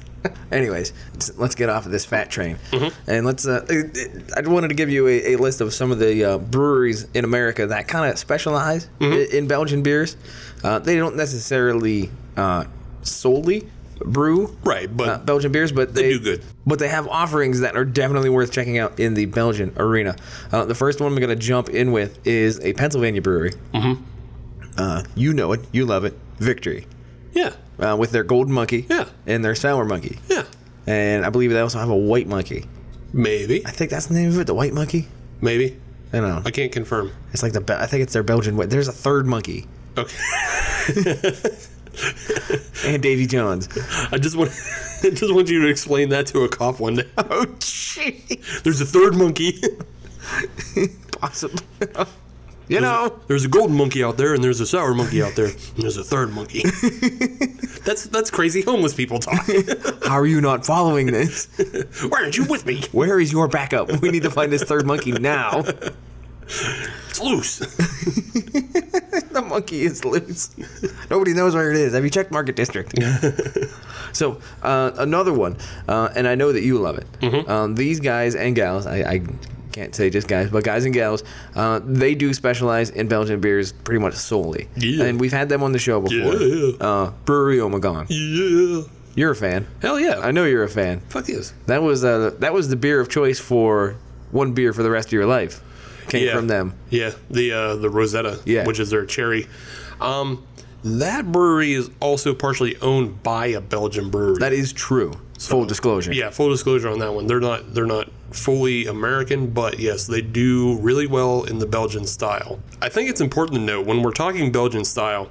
Speaker 5: Anyways, s- let's get off of this fat train,
Speaker 1: Mm-hmm.
Speaker 5: and let's. Uh, I- I wanted to give you a, a list of some of the uh, breweries in America that kind of specialize i-
Speaker 1: Mm-hmm.
Speaker 5: in, Belgian beers. Uh, they don't necessarily uh, solely brew
Speaker 1: Right, but
Speaker 5: uh, Belgian beers, but they,
Speaker 1: do good.
Speaker 5: But they have offerings that are definitely worth checking out in the Belgian arena. Uh, the first one we're going to jump in with is a Pennsylvania brewery. Mm-hmm. Uh, you know it, you love it, Victory,
Speaker 1: yeah,
Speaker 5: uh, with their Gold Monkey
Speaker 1: Yeah.
Speaker 5: and their Sour Monkey
Speaker 1: yeah,
Speaker 5: and I believe they also have a white monkey.
Speaker 1: maybe,
Speaker 5: I think that's the name of it, the white monkey.
Speaker 1: maybe.
Speaker 5: I don't
Speaker 1: I
Speaker 5: know.
Speaker 1: can't confirm.
Speaker 5: It's like the Bel- I think it's their Belgian. White. There's a third monkey
Speaker 1: Okay.
Speaker 5: and Davy Jones.
Speaker 1: I just want I just want you to explain that to a cop one day.
Speaker 5: oh, gee,
Speaker 1: There's a third monkey.
Speaker 5: possibly. you know,
Speaker 1: There's a golden monkey out there, and there's a sour monkey out there, and there's a third monkey. that's that's crazy homeless people talk.
Speaker 5: how are you not following this?
Speaker 1: Why aren't you with me?
Speaker 5: Where is your backup? We need to find this third monkey now.
Speaker 1: It's loose.
Speaker 5: the monkey is loose. Nobody knows where it is. Have you checked Market District? so uh, another one, uh, and I know that you love it.
Speaker 1: Mm-hmm.
Speaker 5: Um, these guys and gals, I, I can't say just guys, but guys and gals, uh, they do specialize in Belgian beers pretty much solely.
Speaker 1: Yeah.
Speaker 5: And we've had them on the show before.
Speaker 1: Yeah.
Speaker 5: Uh, Brewery Omegon.
Speaker 1: Yeah.
Speaker 5: You're a fan.
Speaker 1: Hell yeah.
Speaker 5: I know you're a fan.
Speaker 1: Fuck yes.
Speaker 5: That was uh, that was the beer of choice for one beer for the rest of your life. Came
Speaker 1: yeah.
Speaker 5: from them.
Speaker 1: Yeah, the uh, the Rosetta,
Speaker 5: Yeah.
Speaker 1: which is their cherry. Um, that brewery is also partially owned by a Belgian brewery.
Speaker 5: That is true. Full disclosure.
Speaker 1: yeah, full disclosure on that one. They're not they're not fully American, but yes, they do really well in the Belgian style. I think it's important to note when we're talking Belgian style,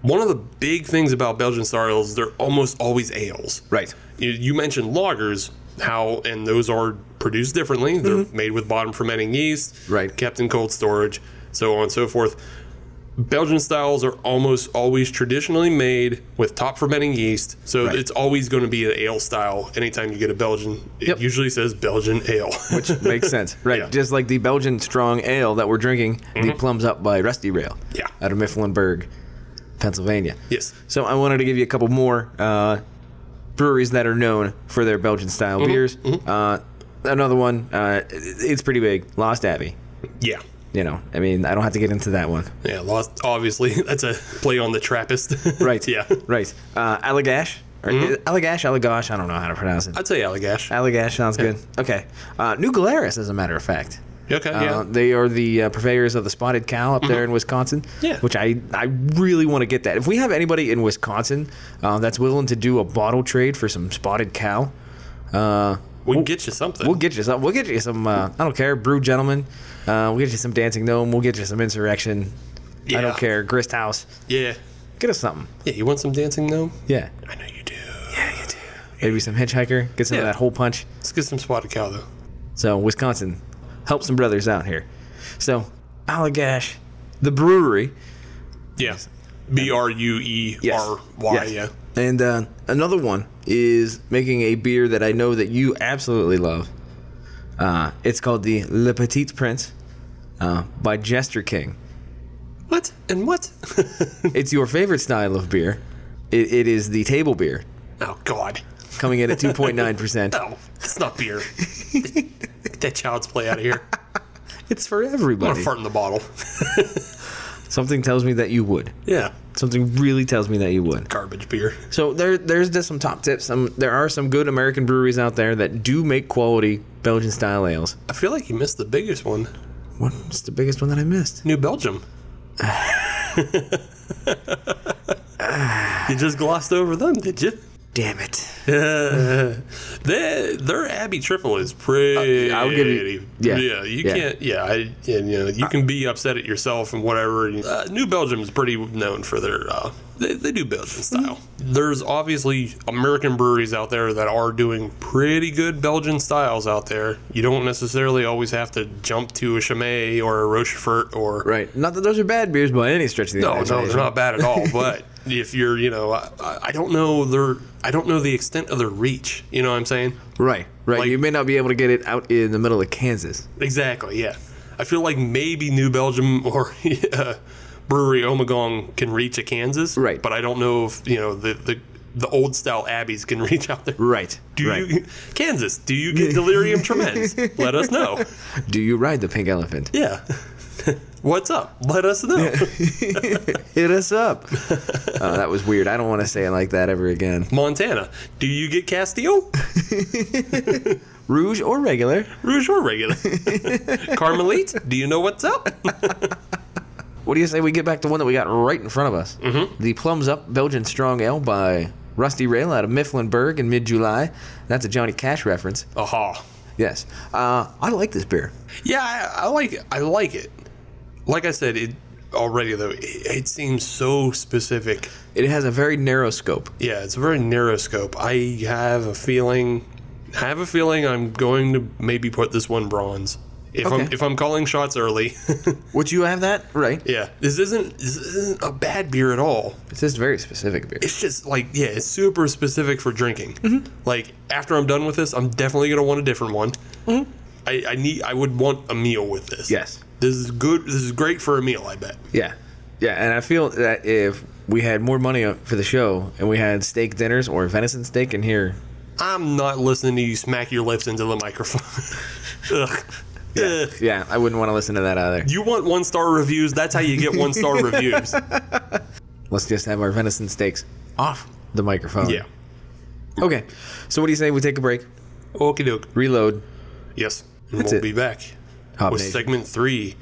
Speaker 1: one of the big things about Belgian styles is they're almost always ales.
Speaker 5: Right.
Speaker 1: You, you mentioned lagers, how and those are produced differently. They're made with bottom fermenting yeast,
Speaker 5: Mm-hmm. Right.
Speaker 1: Kept in cold storage, so on and so forth. Belgian styles are almost always traditionally made with top fermenting yeast, so
Speaker 5: Right.
Speaker 1: it's always going to be an ale style. Anytime you get a Belgian, it
Speaker 5: Yep.
Speaker 1: usually says Belgian ale. Which
Speaker 5: Makes sense, right?
Speaker 1: Yeah. Mm-hmm.
Speaker 5: Just like the Belgian strong ale that we're drinking, the Plums Up by Rusty Rail,
Speaker 1: Yeah.
Speaker 5: out of Mifflinburg, Pennsylvania.
Speaker 1: yes,
Speaker 5: So I wanted to give you a couple more uh, breweries that are known for their Belgian style
Speaker 1: Mm-hmm.
Speaker 5: beers. Uh, another one, uh, it- it's pretty big, Lost Abbey.
Speaker 1: yeah,
Speaker 5: You know, I mean, I don't have to get into that one,
Speaker 1: yeah. Lost, obviously, that's a play on the Trappist.
Speaker 5: right?
Speaker 1: yeah, Mm-hmm.
Speaker 5: right. Uh, Allagash or Allagash, Allagash. I don't know how to pronounce it.
Speaker 1: I'd say Allagash.
Speaker 5: Allagash sounds good. Okay, uh, New Glarus, as a matter of fact.
Speaker 1: okay,
Speaker 5: Uh,
Speaker 1: yeah. Mm-hmm.
Speaker 5: They are the uh, purveyors of the spotted cow up there in Wisconsin.
Speaker 1: Yeah.
Speaker 5: Which I, I really want to get that. If we have anybody in Wisconsin uh, that's willing to do a bottle trade for some spotted cow, uh,
Speaker 1: We can get you something.
Speaker 5: we'll get you some. We'll get you some. Uh, I don't care, brew gentlemen. Uh, we'll get you some dancing gnome. We'll get you some insurrection. I
Speaker 1: Yeah.
Speaker 5: don't care, grist house.
Speaker 1: yeah,
Speaker 5: Get us something.
Speaker 1: yeah. You want some dancing gnome?
Speaker 5: Yeah.
Speaker 1: I know you do.
Speaker 5: Maybe some hitchhiker. Get some of
Speaker 1: Yeah.
Speaker 5: that hole punch.
Speaker 1: Let's get some spotted cow though.
Speaker 5: So Wisconsin, help some brothers out here. So Allagash, the brewery.
Speaker 1: Yeah. B R U E R Y.
Speaker 5: Yes.
Speaker 1: Yeah.
Speaker 5: And uh, another one is making a beer that I know that you absolutely love. Uh, it's called the Le Petit Prince uh, by Jester King.
Speaker 1: What? And what?
Speaker 5: It's your favorite style of beer. It, it is the table beer,
Speaker 1: oh, God.
Speaker 5: coming in at 2.9%.
Speaker 1: No, it's not beer. Get that child's play out of here.
Speaker 5: It's for
Speaker 1: I'm going
Speaker 5: everybody.
Speaker 1: to fart in the bottle.
Speaker 5: Something tells me that you would.
Speaker 1: yeah.
Speaker 5: Something really tells me that you would.
Speaker 1: Garbage beer.
Speaker 5: So there, there's just some top tips. Some there are some good American breweries out there that do make quality Belgian style ales.
Speaker 1: I feel like you missed the biggest one.
Speaker 5: What's the biggest one that I missed?
Speaker 1: New Belgium. you just glossed over them, did you?
Speaker 5: Damn it!
Speaker 1: Their, their Abbey Triple is pretty.
Speaker 5: Uh, I'll give you- yeah,
Speaker 1: yeah. You
Speaker 5: yeah.
Speaker 1: can't. Yeah, I, yeah, you know, you can be upset at yourself and whatever. Uh, New Belgium is pretty known for their. Uh, they, they do Belgian
Speaker 5: Mm-hmm.
Speaker 1: style. There's obviously American breweries out there that are doing pretty good Belgian styles out there. You don't necessarily always have to jump to a Chimay or a Rochefort or
Speaker 5: Right. Not that those are bad beers by any stretch of the
Speaker 1: no, no, they're
Speaker 5: imagination.
Speaker 1: not bad at all. But if you're, you know, I, I- I don't know their, I don't know the extent of their reach. You know what I'm saying?
Speaker 5: Right. Right.
Speaker 1: Like-
Speaker 5: you may not be able to get it out in the middle of Kansas.
Speaker 1: Exactly. Yeah, I feel like maybe New Belgium or uh, brewery Omagong can reach a Kansas,
Speaker 5: Right.
Speaker 1: But I don't know if you know the the, the old style abbeys can reach out there,
Speaker 5: Right.
Speaker 1: Do
Speaker 5: right.
Speaker 1: you Kansas? Do you get delirium tremens? Let us know.
Speaker 5: Do you ride the pink elephant?
Speaker 1: Yeah. What's up? Let us know.
Speaker 5: Hit us up. Uh, that was weird. I don't want to say it like that ever again.
Speaker 1: Montana, do you get Castile?
Speaker 5: Rouge or regular?
Speaker 1: Rouge or regular? Carmelite, do you know what's up?
Speaker 5: What do you say we get back to one that we got right in front of us? Mm-hmm. The Plums Up Belgian Strong Ale by Rusty Rail out of Mifflinburg in mid July. That's a Johnny Cash reference.
Speaker 1: Aha.
Speaker 5: Yes. Uh, I like this beer.
Speaker 1: Yeah, I, I like it. I like it. Like I said, it already though. It, it seems so specific.
Speaker 5: It has a very narrow scope.
Speaker 1: Yeah, it's a very narrow scope. I have a feeling. I have a feeling I'm going to maybe put this one bronze. If I'm
Speaker 5: Okay.
Speaker 1: if I'm calling shots early,
Speaker 5: Would you have that? Right.
Speaker 1: yeah, this isn't this isn't a bad beer at all.
Speaker 5: It's just very specific beer.
Speaker 1: It's just like yeah, it's super specific for drinking.
Speaker 5: Mm-hmm.
Speaker 1: Like after I'm done with this, I'm definitely gonna want a different one. I, I need I would want a meal with this.
Speaker 5: Mm-hmm. Yes.
Speaker 1: this is good. This is great for a meal. I bet.
Speaker 5: Yeah. Yeah, and I feel that if we had more money for the show and we had steak dinners or venison steak in here,
Speaker 1: I'm not listening to you smack your lips into the microphone. Ugh. Ugh.
Speaker 5: yeah, I wouldn't want to listen to that either.
Speaker 1: You want one star reviews? That's how you get one star reviews.
Speaker 5: Let's just have our venison steaks off the microphone.
Speaker 1: Yeah.
Speaker 5: Okay. So what do you say we take a break,
Speaker 1: Okie doke.
Speaker 5: reload,
Speaker 1: Yes. And
Speaker 5: That's
Speaker 1: we'll
Speaker 5: it.
Speaker 1: be back
Speaker 5: Hob
Speaker 1: with
Speaker 5: Nation.
Speaker 1: segment three.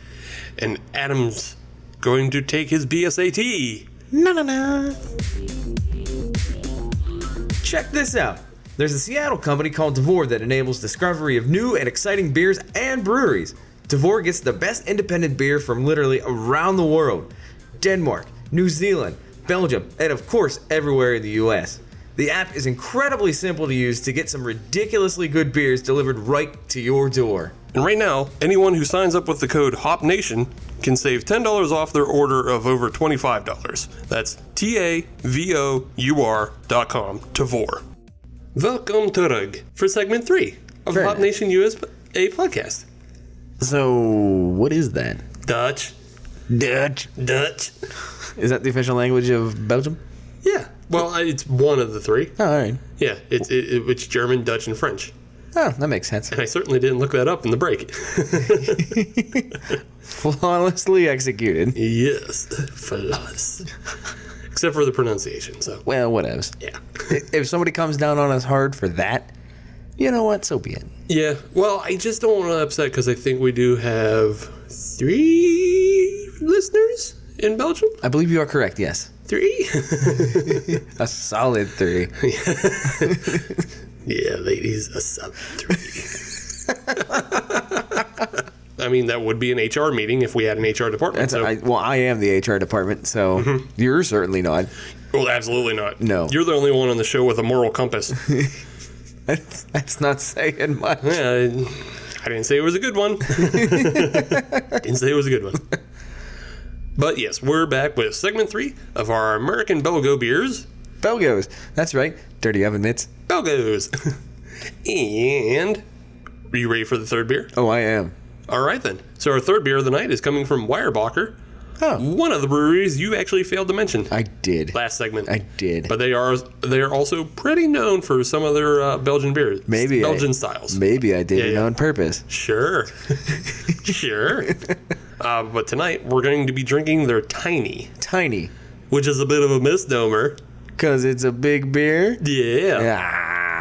Speaker 1: And Adam's going to take his BSAT.
Speaker 5: Na na na. Check this out. There's a Seattle company called Devore that enables discovery of new and exciting beers and breweries. Devore gets the best independent beer from literally around the world Denmark, New Zealand, Belgium, and of course, everywhere in the US. The app is incredibly simple to use to get some ridiculously good beers delivered right to your door.
Speaker 1: And right now, anyone who signs up with the code HOPNATION can save $10 off their order of over $25. That's T A V O U R dot com, Tavor. Welcome to Rug for segment three of
Speaker 5: Very
Speaker 1: Hop
Speaker 5: nice.
Speaker 1: Nation USA podcast.
Speaker 5: So, what is that?
Speaker 1: Dutch,
Speaker 5: Dutch.
Speaker 1: Dutch.
Speaker 5: Is that the official language of Belgium?
Speaker 1: Yeah. Well, I- it's one of the three.
Speaker 5: Oh, all right.
Speaker 1: Yeah, it's, it, it- it's German, Dutch, and French.
Speaker 5: Oh, that makes sense.
Speaker 1: And I certainly didn't look that up in the break.
Speaker 5: flawlessly executed.
Speaker 1: yes, flawless. Except for the pronunciation, so.
Speaker 5: Well, whatevs.
Speaker 1: Yeah.
Speaker 5: If somebody comes down on us hard for that, you know what? So be it.
Speaker 1: Yeah. Well, I just don't want to upset because I think we do have three listeners in Belgium.
Speaker 5: I believe you are correct. Yes,
Speaker 1: Three?
Speaker 5: a solid three.
Speaker 1: yeah, ladies, a sub three. I mean, that would be an HR meeting if we had an HR department.
Speaker 5: That's
Speaker 1: so, Mm-hmm.
Speaker 5: I, well, I am the HR department, so you're certainly not.
Speaker 1: well, absolutely not.
Speaker 5: No.
Speaker 1: You're the only one on the show with a moral compass.
Speaker 5: That's, that's not saying much.
Speaker 1: Yeah, I, I didn't say it was a good one. didn't say it was a good one. But yes, we're back with segment three of our American Belgo beers,
Speaker 5: Belgos. That's right. Dirty oven mitts.
Speaker 1: Belgos. and are you ready for the third beer?
Speaker 5: Oh, I am.
Speaker 1: All right then. So our third beer of the night is coming from Weyerbacher,
Speaker 5: Oh,
Speaker 1: one of the breweries you actually failed to mention
Speaker 5: I did.
Speaker 1: last segment.
Speaker 5: I did.
Speaker 1: But they are they are also pretty known for some of their uh, Belgian beers,
Speaker 5: Maybe I-
Speaker 1: Belgian styles.
Speaker 5: Maybe I did
Speaker 1: Yeah,
Speaker 5: it
Speaker 1: yeah.
Speaker 5: on purpose.
Speaker 1: Sure. sure. Uh, but tonight we're going to be drinking their tiny.
Speaker 5: Tiny.
Speaker 1: which is a bit of a misnomer.
Speaker 5: Because it's a big beer.
Speaker 1: Yeah.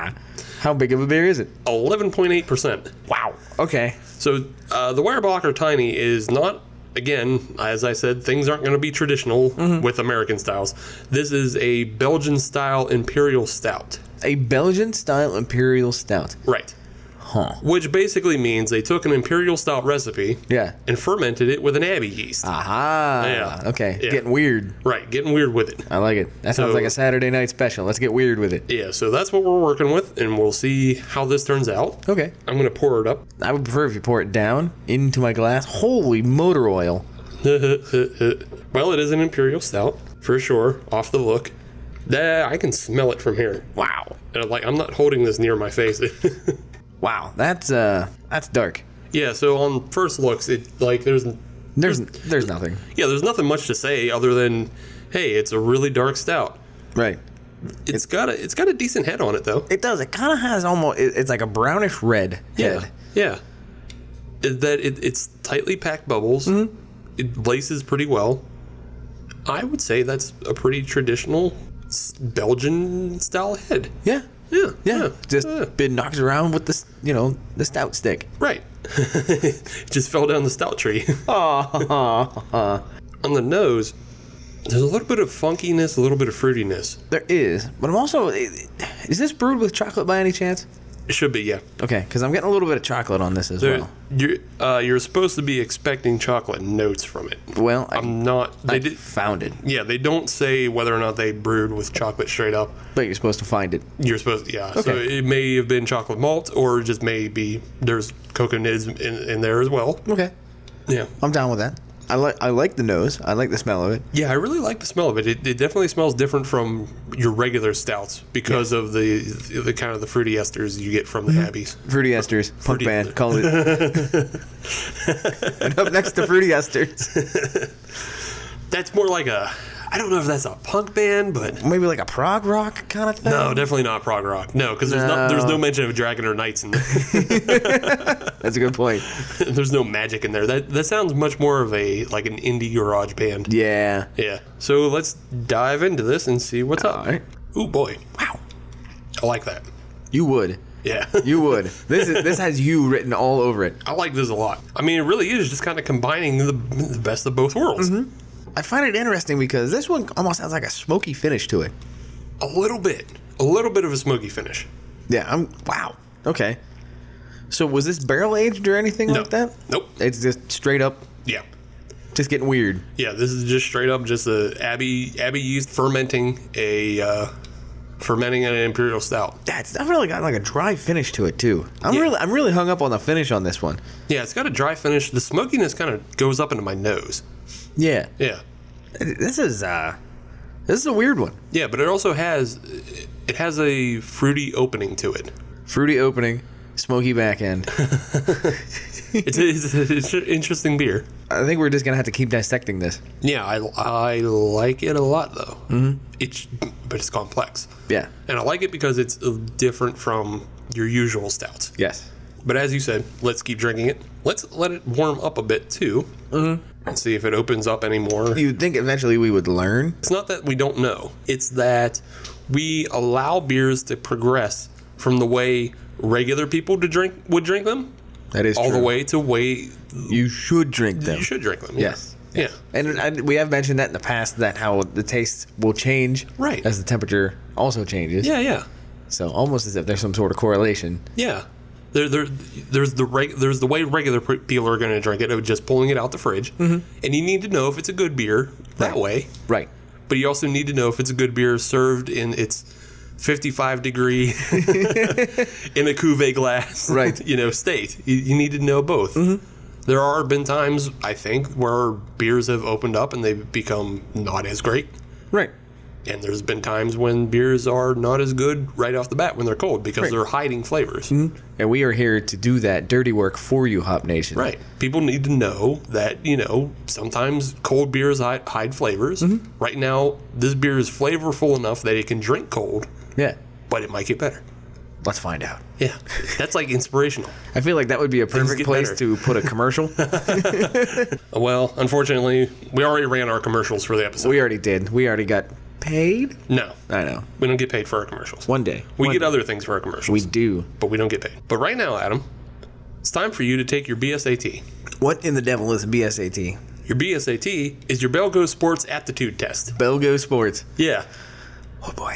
Speaker 5: Ah, how big of a beer is it?
Speaker 1: 11.8%.
Speaker 5: Wow. Okay.
Speaker 1: So uh, the wire blocker tiny is not. Again, as I said, things aren't going to be traditional with American styles. This is a Belgian style imperial stout.
Speaker 5: A Belgian style imperial stout.
Speaker 1: Right.
Speaker 5: Huh.
Speaker 1: Which basically means they took an imperial stout recipe
Speaker 5: Yeah. Ah.
Speaker 1: and fermented it with an abbey yeast.
Speaker 5: Aha.
Speaker 1: Yeah.
Speaker 5: Okay.
Speaker 1: Yeah.
Speaker 5: Getting weird.
Speaker 1: Right, getting weird with it.
Speaker 5: I like it. That sounds
Speaker 1: So-
Speaker 5: like a Saturday night special. Let's get weird with it.
Speaker 1: Yeah, so that's what we're working with, and we'll see how this turns out.
Speaker 5: Okay.
Speaker 1: I'm going to pour it up.
Speaker 5: I would prefer if you pour it down into my glass. Holy motor oil.
Speaker 1: well, it is an imperial stout, for sure, off the look. Yeah, I can smell it from here.
Speaker 5: Wow.
Speaker 1: And, like, I'm not holding this near my face.
Speaker 5: Wow. That's uh that's dark.
Speaker 1: yeah, so on first looks, it like there's
Speaker 5: There's there's nothing.
Speaker 1: yeah, there's nothing much to say other than hey, it's a really dark stout.
Speaker 5: Right.
Speaker 1: it's got a it's got a decent head on it though.
Speaker 5: It does. It kind of has almost it- it's like a brownish red
Speaker 1: Yeah,
Speaker 5: head.
Speaker 1: yeah. Is that it, it's tightly packed bubbles.
Speaker 5: Mm-hmm.
Speaker 1: It laces pretty well. I would say that's a pretty traditional s- Belgian style head.
Speaker 5: Yeah.
Speaker 1: Yeah,
Speaker 5: Yeah. Just
Speaker 1: yeah.
Speaker 5: been knocked around with this, you know, the stout stick.
Speaker 1: right. Just fell down the stout tree.
Speaker 5: Oh,
Speaker 1: On the nose, there's a little bit of funkiness, a little bit of fruitiness.
Speaker 5: there is. But I'm also is this brewed with chocolate by any chance?
Speaker 1: It should be, yeah.
Speaker 5: Okay, cuz I'm getting a little bit of chocolate on this as
Speaker 1: There,
Speaker 5: well.
Speaker 1: you're, uh, you're supposed to be expecting chocolate notes from it.
Speaker 5: Well, I,
Speaker 1: I'm not. They
Speaker 5: I
Speaker 1: did.
Speaker 5: found it.
Speaker 1: Yeah, they don't say whether or not they brewed with chocolate straight up.
Speaker 5: But you're supposed to find it.
Speaker 1: You're supposed yeah. So
Speaker 5: Okay.
Speaker 1: it may have been chocolate malt, or just maybe there's cocoa nibs in, in there as well.
Speaker 5: Okay.
Speaker 1: Yeah,
Speaker 5: I'm down with that. I like I like the nose. I like the smell of it.
Speaker 1: yeah. I really like the smell of it. It, it definitely smells different from your regular stouts because of the, the kind of the fruity esters you get from the
Speaker 5: Mm-hmm.
Speaker 1: abbeys.
Speaker 5: Fruity Esters, punk
Speaker 1: Fruity-
Speaker 5: band, call it. and up next to Fruity Esters,
Speaker 1: That's more like a. I don't know if that's a punk band, but
Speaker 5: maybe like a prog rock kind of thing.
Speaker 1: no, definitely not prog rock. No, because there's no. there's
Speaker 5: No.
Speaker 1: no mention of dragon or knights in there.
Speaker 5: That's a good point.
Speaker 1: there's no magic in there. That that sounds much more of a like an indie garage band.
Speaker 5: Yeah.
Speaker 1: Yeah. So let's dive into this and see what's up.
Speaker 5: Alright.
Speaker 1: Ooh boy.
Speaker 5: Wow.
Speaker 1: I like that.
Speaker 5: You would.
Speaker 1: Yeah.
Speaker 5: You would. This is this has you written all over it.
Speaker 1: I like this a lot. I mean, it really is just kind of combining the, the best of both worlds.
Speaker 5: Mm-hmm. I find it interesting because this one almost has like a smoky finish to it.
Speaker 1: A little bit. A little bit of a smoky finish.
Speaker 5: Yeah. I'm. Wow. Okay. So was this barrel aged or anything
Speaker 1: No.
Speaker 5: like that?
Speaker 1: Nope.
Speaker 5: It's just straight up,
Speaker 1: Yeah.
Speaker 5: just getting weird.
Speaker 1: Yeah, this is just straight up just a Abbey Abbey yeast fermenting a uh, fermenting an imperial stout.
Speaker 5: Yeah, it's definitely got like a dry finish to it too. I'm
Speaker 1: Yeah.
Speaker 5: really, I'm really hung up on the finish on this one.
Speaker 1: Yeah, it's got a dry finish. The smokiness kind of goes up into my nose.
Speaker 5: Yeah,
Speaker 1: Yeah.
Speaker 5: this is uh, this is a weird one.
Speaker 1: Yeah, but it also has it has a fruity opening to it.
Speaker 5: Fruity opening, smoky back end.
Speaker 1: It's, it's, it's an interesting beer.
Speaker 5: I think we're just gonna have to keep dissecting this.
Speaker 1: Yeah, I, I like it a lot though. Mm-hmm. It's but it's complex,
Speaker 5: Yeah.
Speaker 1: and I like it because it's different from your usual stouts.
Speaker 5: Yes.
Speaker 1: But as you said, let's keep drinking it. Let's let it warm up a bit too, mm-hmm. and see if it opens up any more.
Speaker 5: You'd think eventually we would learn.
Speaker 1: It's not that we don't know; it's that we allow beers to progress from the way regular people to drink would drink them,
Speaker 5: That is
Speaker 1: all
Speaker 5: true.
Speaker 1: the way to way
Speaker 5: You should drink them.
Speaker 1: you should drink them.
Speaker 5: Yes.
Speaker 1: Yeah.
Speaker 5: And I, we have mentioned that in the past that how the taste will change
Speaker 1: Right.
Speaker 5: as the temperature also changes.
Speaker 1: Yeah. Yeah. yeah.
Speaker 5: So almost as if there's some sort of correlation.
Speaker 1: Yeah. There, there, there's the reg, there's the way regular pr- people are going to drink it of just pulling it out the fridge, and you need to know if it's a good beer that
Speaker 5: Mm-hmm. Right.
Speaker 1: way.
Speaker 5: Right.
Speaker 1: But you also need to know if it's a good beer served in its 55 degree in a cuvee glass,
Speaker 5: Right.
Speaker 1: you know, state. You, you need to know both. There are been times I think where beers have opened up and they've become not as great,
Speaker 5: Right.
Speaker 1: and there's been times when beers are not as good right off the bat when they're cold because they're hiding flavors.
Speaker 5: And we are here to do that dirty work for you, Hop Nation.
Speaker 1: Right. People need to know that, you know, sometimes cold beers hide, hide flavors. Right now, this beer is flavorful enough that it can drink cold,
Speaker 5: Yeah.
Speaker 1: but it might get better.
Speaker 5: Let's find out.
Speaker 1: Yeah, that's like inspirational.
Speaker 5: I feel like that would be a perfect
Speaker 1: get
Speaker 5: place
Speaker 1: better.
Speaker 5: to put a commercial.
Speaker 1: Well, unfortunately, we already ran our commercials for the episode.
Speaker 5: we already did. We already got paid.
Speaker 1: no,
Speaker 5: I know.
Speaker 1: we don't get paid for our commercials.
Speaker 5: One day.
Speaker 1: we
Speaker 5: One
Speaker 1: get
Speaker 5: day.
Speaker 1: other things for our commercials,
Speaker 5: We do.
Speaker 1: but we don't get paid. But right now, Adam, it's time for you to take your BSAT.
Speaker 5: What in the devil is BSAT?
Speaker 1: Your BSAT is your Belgo Sports Aptitude Test.
Speaker 5: Belgo Sports.
Speaker 1: Yeah.
Speaker 5: Oh boy.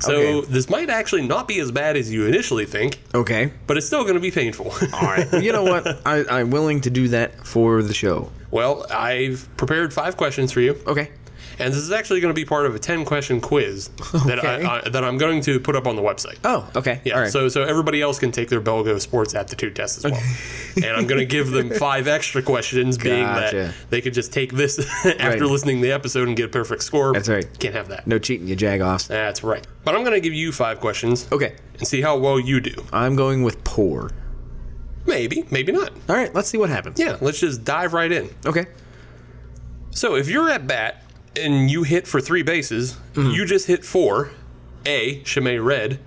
Speaker 1: So
Speaker 5: Okay.
Speaker 1: this might actually not be as bad as you initially think,
Speaker 5: Okay.
Speaker 1: but it's still going to be painful.
Speaker 5: All right. you know what? I, I'm willing to do that for the show.
Speaker 1: well, I've prepared five questions for you.
Speaker 5: Okay.
Speaker 1: And this is actually going to be part of a 10 question quiz that,
Speaker 5: Okay.
Speaker 1: I, I, that I'm going to put up on the website.
Speaker 5: Oh, okay.
Speaker 1: Yeah,
Speaker 5: All right.
Speaker 1: so so everybody else can take their Belgo sports aptitude test as well, and I'm going to give them five extra questions, being
Speaker 5: Gotcha.
Speaker 1: that they could just take this after
Speaker 5: Right.
Speaker 1: listening to the episode and get a perfect score.
Speaker 5: That's right.
Speaker 1: Can't have that.
Speaker 5: no cheating, you jagoffs.
Speaker 1: That's right. But I'm going to give you five questions
Speaker 5: Okay.
Speaker 1: and see how well you do.
Speaker 5: I'm going with poor.
Speaker 1: Maybe, maybe not.
Speaker 5: All right. Let's see what happens.
Speaker 1: Yeah, let's just dive right in.
Speaker 5: Okay.
Speaker 1: So if you're at bat and you hit for three bases,
Speaker 5: Mm-hmm.
Speaker 1: you just hit four. A. Shimei red.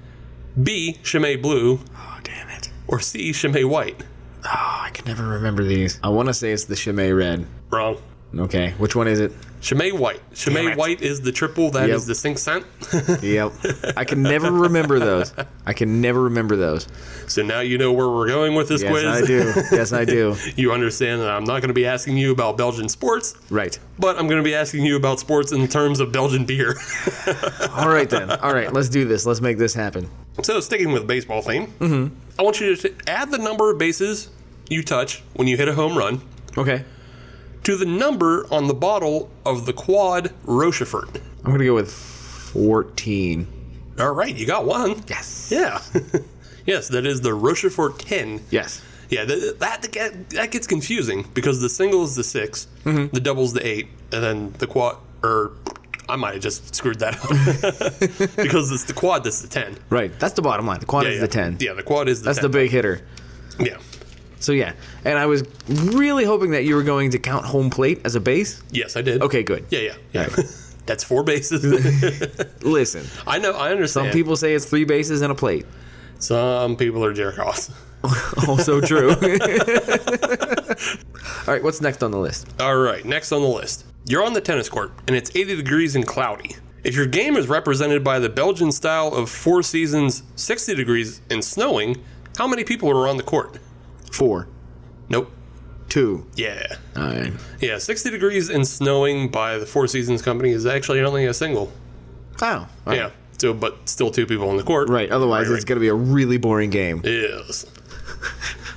Speaker 1: B. Shimei blue.
Speaker 5: Oh damn it.
Speaker 1: Or C. Shimei white.
Speaker 5: Oh, I can never remember these. I want to say it's the Chimay Red.
Speaker 1: Wrong.
Speaker 5: Okay. Which one is it?
Speaker 1: Chimay White.
Speaker 5: Damn
Speaker 1: Chimay
Speaker 5: it.
Speaker 1: White is the triple that is
Speaker 5: Yep.
Speaker 1: the sink scent.
Speaker 5: Yep. I can never remember those. I can never remember those.
Speaker 1: so now you know where we're going with this
Speaker 5: Yes,
Speaker 1: quiz.
Speaker 5: I do. Yes, I do.
Speaker 1: You understand that I'm not going to be asking you about Belgian sports,
Speaker 5: Right.
Speaker 1: but I'm going to be asking you about sports in terms of Belgian beer.
Speaker 5: All right then. All right. Let's do this. Let's make this happen.
Speaker 1: so sticking with baseball theme,
Speaker 5: Mm-hmm.
Speaker 1: I want you to t- add the number of bases you touch when you hit a home run
Speaker 5: Okay.
Speaker 1: to the number on the bottle of the quad Rochefort.
Speaker 5: I'm gonna go with fourteen.
Speaker 1: All right, you got one.
Speaker 5: Yes.
Speaker 1: Yeah. yes, that is the Rochefort 10
Speaker 5: Yes.
Speaker 1: Yeah, that that, get- that gets confusing because the single is the 6
Speaker 5: Mm-hmm.
Speaker 1: the double's the eight, and then the quad or I might have just screwed that up because it's the quad that's the ten.
Speaker 5: Right. That's the bottom line. The quad
Speaker 1: Yeah,
Speaker 5: is
Speaker 1: yeah.
Speaker 5: the ten.
Speaker 1: Yeah, the quad is the
Speaker 5: That's the
Speaker 1: 10.
Speaker 5: big hitter.
Speaker 1: yeah
Speaker 5: So yeah. And I was really hoping that you were going to count home plate as a base.
Speaker 1: yes I did
Speaker 5: Okay. Good.
Speaker 1: yeah yeah yeah.
Speaker 5: Alright.
Speaker 1: That's four bases.
Speaker 5: Listen.
Speaker 1: I know. I understand.
Speaker 5: Some people say it's three bases and a plate.
Speaker 1: Some people are jerk offs.
Speaker 5: Also true. All right, what's next on the list?
Speaker 1: All right. Next on the list, you're on the tennis court, and it's 80 degrees and cloudy. If your game is represented by the Belgian style of four seasons, 60 degrees and snowing, how many people are on the court?
Speaker 5: Four,
Speaker 1: Nope.
Speaker 5: two.
Speaker 1: Yeah.
Speaker 5: All right.
Speaker 1: Yeah, 60 Degrees and Snowing by the Four Seasons Company is actually only a single.
Speaker 5: Oh,
Speaker 1: Yeah. So, but still two people on the court.
Speaker 5: Right. Otherwise, it's going to be a really boring game.
Speaker 1: Yes.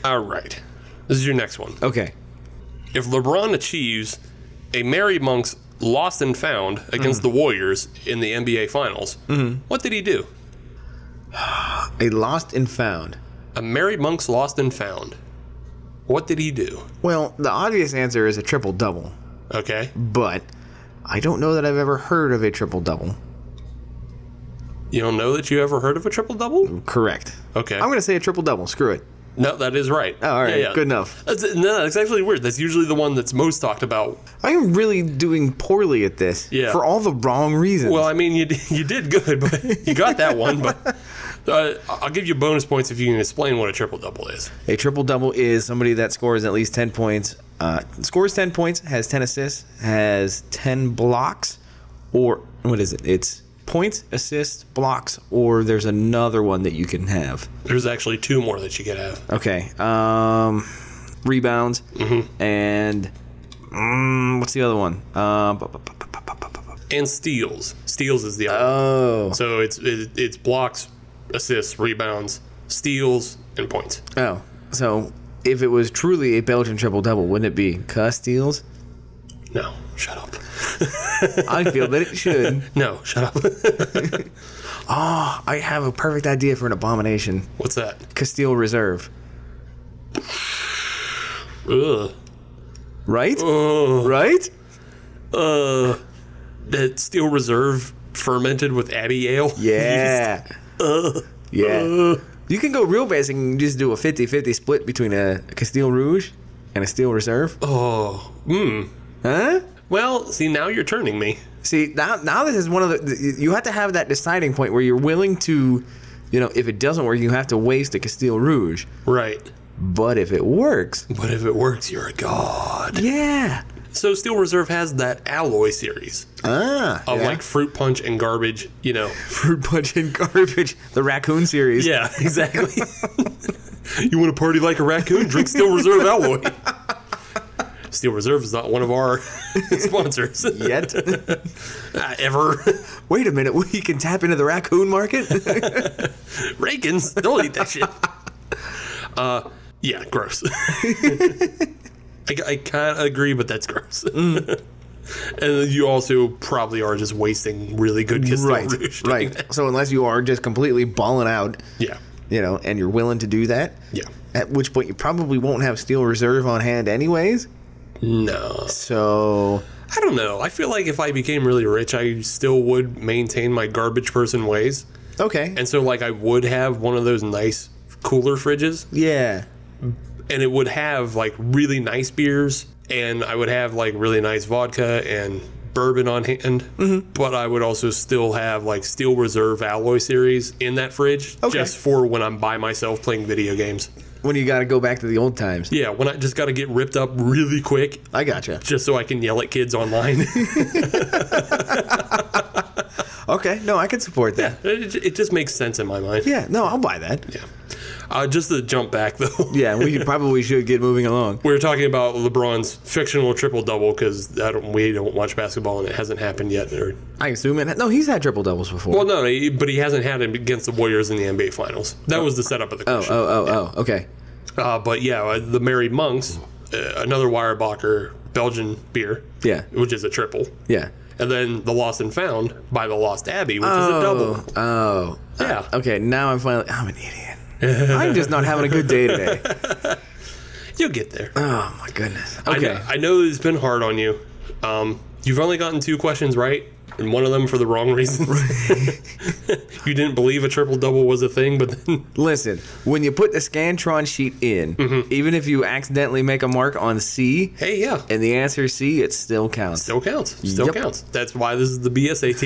Speaker 1: All right. This is your next one.
Speaker 5: Okay.
Speaker 1: If LeBron achieves a Mary Monk's lost and found against
Speaker 5: Mm-hmm.
Speaker 1: the Warriors in the NBA Finals, what did he do?
Speaker 5: A lost and found.
Speaker 1: A Mary Monk's lost and found. What did he do?
Speaker 5: Well, the obvious answer is a triple double,
Speaker 1: Okay.
Speaker 5: but I don't know that I've ever heard of a triple double.
Speaker 1: You don't know that you ever heard of a triple double?
Speaker 5: Correct.
Speaker 1: Okay.
Speaker 5: Mm-hmm. I'm going to say a triple double. Screw it.
Speaker 1: No, that is right.
Speaker 5: Oh, all right. Good enough.
Speaker 1: That's, no, that's actually weird. That's usually the one that's most talked about.
Speaker 5: I am really doing poorly at this
Speaker 1: Yeah.
Speaker 5: for all the wrong reasons.
Speaker 1: Well, I mean, you d- you did good, but you got that one. But uh, I'll give you bonus points if you can explain what a triple double is.
Speaker 5: A triple double is somebody that scores at least 10 points, uh, scores 10 points, has 10 assists, has 10 blocks, or what is it? It's points, assists, blocks, or there's another one that you can have.
Speaker 1: There's actually two more that you could have.
Speaker 5: Okay. Um, rebounds, and mm, what's the other one? Um, bu- bu- bu- bu- bu- bu- bu- bu- bu-
Speaker 1: And steals. Steals is the other. one.
Speaker 5: oh.
Speaker 1: So it's it, it's blocks, assists, rebounds, steals, and points.
Speaker 5: Oh. So if it was truly a Belgian triple double, wouldn't it be cuss steals?
Speaker 1: No, shut up.
Speaker 5: I feel that it should. Ah,
Speaker 1: No, shut up.
Speaker 5: I have a perfect idea for an abomination.
Speaker 1: What's that?
Speaker 5: Castile Reserve,
Speaker 1: Ugh.
Speaker 5: right? Right?
Speaker 1: Uh, that steel reserve fermented with Abbey Ale.
Speaker 5: Yeah. yeah. You can go real basic and just do a 50-50 split between a Castile Rouge and a Steel Reserve.
Speaker 1: Oh, mm.
Speaker 5: Huh?
Speaker 1: Well, see, now you're turning me.
Speaker 5: See, now, now this is one of the you have to have that deciding point where you're willing to you know, if it doesn't work, you have to waste a Castile Rouge.
Speaker 1: Right.
Speaker 5: But if it works,
Speaker 1: But if it works, you're a god.
Speaker 5: yeah.
Speaker 1: So Steel Reserve has that alloy series
Speaker 5: Ah,
Speaker 1: of
Speaker 5: yeah.
Speaker 1: like fruit punch and garbage, you know.
Speaker 5: fruit punch and garbage. The raccoon series.
Speaker 1: Yeah, exactly. you want to party like a raccoon? Drink Steel Reserve alloy. Steel Reserve is not one of our sponsors
Speaker 5: Yet.
Speaker 1: Uh, ever.
Speaker 5: Wait a minute. We can tap into the raccoon market.
Speaker 1: Reagan's don't eat that shit. Uh, yeah, gross. I, I kind of agree, but that's gross. Mm. and you also probably are just wasting really good Castile Rouge.
Speaker 5: right.
Speaker 1: doing
Speaker 5: Right.
Speaker 1: that.
Speaker 5: So unless you are just completely balling out,
Speaker 1: Yeah.
Speaker 5: you know, and you're willing to do that.
Speaker 1: Yeah.
Speaker 5: At which point you probably won't have steel reserve on hand anyways.
Speaker 1: No.
Speaker 5: So
Speaker 1: I don't know. I feel like if I became really rich, I still would maintain my garbage person ways.
Speaker 5: okay.
Speaker 1: And so, like, I would have one of those nice cooler fridges,
Speaker 5: yeah.
Speaker 1: and it would have like really nice beers, and I would have like really nice vodka and bourbon on hand. But I would also still have like Steel Reserve Alloy Series in that fridge
Speaker 5: Okay.
Speaker 1: just for when I'm by myself playing video games.
Speaker 5: When you got to go back to the old times.
Speaker 1: Yeah, when I just got to get ripped up really quick
Speaker 5: I gotcha.
Speaker 1: just so I can yell at kids online.
Speaker 5: Okay. No, I can support that.
Speaker 1: it, it just makes sense in my mind.
Speaker 5: Yeah. no, I'll buy that.
Speaker 1: Yeah. Uh, just to jump back though.
Speaker 5: Yeah, we probably should get moving along.
Speaker 1: We were talking about LeBron's fictional triple double because don't, we don't watch basketball and it hasn't happened yet. Or,
Speaker 5: I assume it. No, he's had triple doubles before.
Speaker 1: well, no, he, but he hasn't had it against the Warriors in the NBA Finals. That was the setup of the
Speaker 5: oh,
Speaker 1: question.
Speaker 5: oh, oh, oh. Okay.
Speaker 1: Uh, but yeah, uh, the Merry Monks, uh, another Weyerbacher Belgian beer,
Speaker 5: Yeah.
Speaker 1: which is a triple.
Speaker 5: Yeah.
Speaker 1: And then the Lost and Found by the Lost Abbey, which is a
Speaker 5: Oh,
Speaker 1: double.
Speaker 5: oh.
Speaker 1: Yeah.
Speaker 5: Okay. Now I'm finally. I'm an idiot. I'm just not having a good day today.
Speaker 1: You'll get there.
Speaker 5: Oh my goodness.
Speaker 1: I
Speaker 5: Okay.
Speaker 1: know, I know it's been hard on you. Um, you've only gotten two questions right, and one of them for the wrong reasons. you didn't believe a triple double was a thing, but then
Speaker 5: Listen, when you put the Scantron sheet in,
Speaker 1: Mm-hmm.
Speaker 5: even if you accidentally make a mark on C
Speaker 1: hey, yeah,
Speaker 5: and the answer is C, it still counts.
Speaker 1: still counts. Still
Speaker 5: Yep.
Speaker 1: counts. That's why this is the BSAT.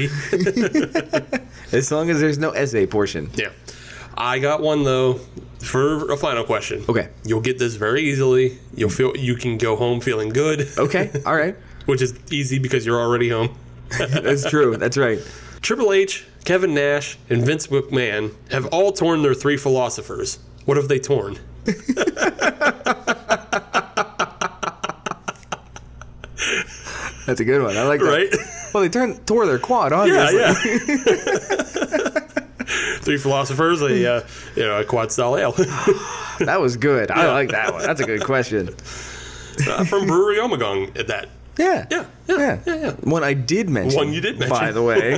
Speaker 5: As long as there's no essay portion.
Speaker 1: yeah. I got one though for a final question.
Speaker 5: Okay.
Speaker 1: You'll get this very easily. You'll feel you can go home feeling good,
Speaker 5: Okay. All right.
Speaker 1: which is easy because you're already home.
Speaker 5: That's true. That's right.
Speaker 1: Triple H, Kevin Nash, and Vince McMahon have all torn their three philosophers. What have they torn?
Speaker 5: That's a good one. I like that.
Speaker 1: Right?
Speaker 5: Well, they turned tore their quad, obviously.
Speaker 1: yeah. Three philosophers, a uh, you know a quad style ale
Speaker 5: That was good. I like that one. That's a good question.
Speaker 1: Uh, from Brewery Omagong. At that,
Speaker 5: Yeah.
Speaker 1: yeah, yeah, yeah, yeah,
Speaker 5: One I did mention.
Speaker 1: One you did
Speaker 5: By
Speaker 1: mention.
Speaker 5: the way.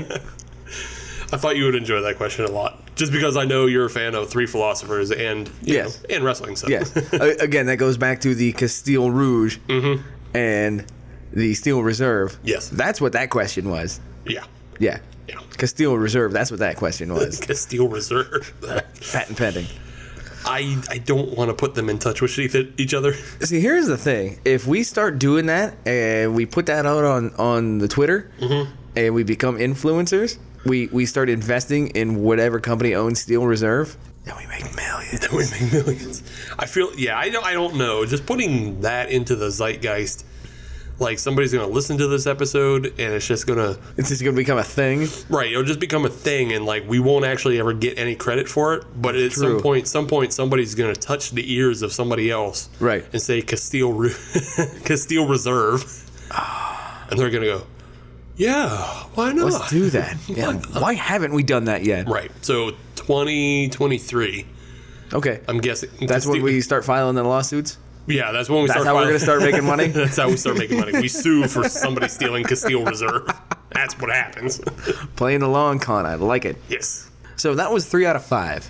Speaker 1: I thought you would enjoy that question a lot, just because I know you're a fan of Three Philosophers and you
Speaker 5: Yes.
Speaker 1: know, and wrestling. So
Speaker 5: yes. A- Again, that goes back to the Castile Rouge and the Steel Reserve.
Speaker 1: Mm-hmm. Yes.
Speaker 5: That's what that question was.
Speaker 1: yeah,
Speaker 5: Yeah.
Speaker 1: yeah.
Speaker 5: Castile Reserve. That's what that question was.
Speaker 1: Castile Reserve.
Speaker 5: Patent pending.
Speaker 1: I I don't want to put them in touch with each- each other.
Speaker 5: See, here's the thing. If we start doing that and we put that out on on the Twitter
Speaker 1: Mm-hmm.
Speaker 5: and we become influencers, we we start investing in whatever company owns Steel Reserve, and we make millions.
Speaker 1: we make millions. I feel yeah, I don't I don't know. Just putting that into the zeitgeist, like somebody's gonna listen to this episode and it's just gonna
Speaker 5: It's just gonna become a thing.
Speaker 1: right, it'll just become a thing and like we won't actually ever get any credit for it. But at
Speaker 5: True.
Speaker 1: some point some point somebody's gonna touch the ears of somebody else.
Speaker 5: Right.
Speaker 1: And say Castile Re- Castile Reserve. and they're gonna go, Yeah, why not?
Speaker 5: Let's do that. Yeah. Why haven't we done that yet?
Speaker 1: Right. So twenty twenty three,
Speaker 5: Okay.
Speaker 1: I'm guessing
Speaker 5: That's when
Speaker 1: Castile-
Speaker 5: we start filing the lawsuits.
Speaker 1: Yeah, that's when we
Speaker 5: That's
Speaker 1: start.
Speaker 5: how we're
Speaker 1: filing-
Speaker 5: gonna start making money?
Speaker 1: that's how we start making money. We sue for somebody stealing Castile Reserve. That's what happens.
Speaker 5: Playing the long con. I like it.
Speaker 1: Yes.
Speaker 5: So that was three out of five.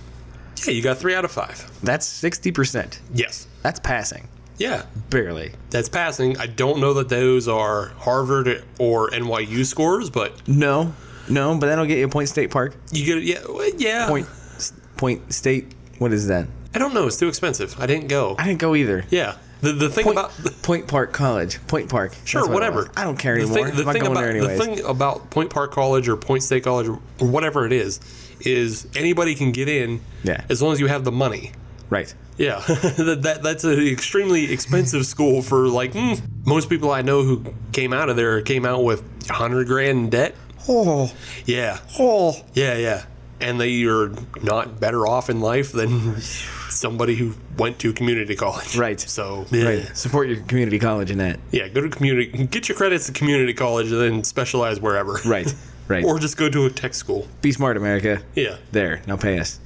Speaker 1: Yeah, you got three out of five.
Speaker 5: That's sixty percent.
Speaker 1: Yes.
Speaker 5: That's passing.
Speaker 1: Yeah,
Speaker 5: Barely.
Speaker 1: that's passing. I don't know that those are Harvard or NYU scores, but
Speaker 5: No. No, but that'll get you a point state park.
Speaker 1: you get yeah, well, yeah.
Speaker 5: Point s- point state what is that?
Speaker 1: I don't know. It's too expensive. I din't go.
Speaker 5: I didn't go either.
Speaker 1: yeah. The the thing
Speaker 5: Point,
Speaker 1: about
Speaker 5: Point Park College. Point Park.
Speaker 1: sure
Speaker 5: That's what it
Speaker 1: whatever.
Speaker 5: was. I don't care
Speaker 1: The
Speaker 5: anymore.
Speaker 1: thing, the
Speaker 5: I'm not
Speaker 1: thing
Speaker 5: going
Speaker 1: about
Speaker 5: there anyways.
Speaker 1: the thing about Point Park College or Point State College or whatever it is is anybody can get in
Speaker 5: Yeah.
Speaker 1: as long as you have the money.
Speaker 5: Right.
Speaker 1: Yeah, that, that that's an extremely expensive school for like mm, most people I know who came out of there came out with hundred grand in debt.
Speaker 5: Oh.
Speaker 1: Yeah,
Speaker 5: Oh.
Speaker 1: yeah, yeah, and they are not better off in life than somebody who went to community college.
Speaker 5: Right.
Speaker 1: So yeah,
Speaker 5: Right. Support your community college in that.
Speaker 1: yeah, go to community, get your credits at community college, and then specialize wherever.
Speaker 5: Right. Right.
Speaker 1: Or just go to a tech school.
Speaker 5: Be smart, America.
Speaker 1: Yeah.
Speaker 5: There. Now pay us.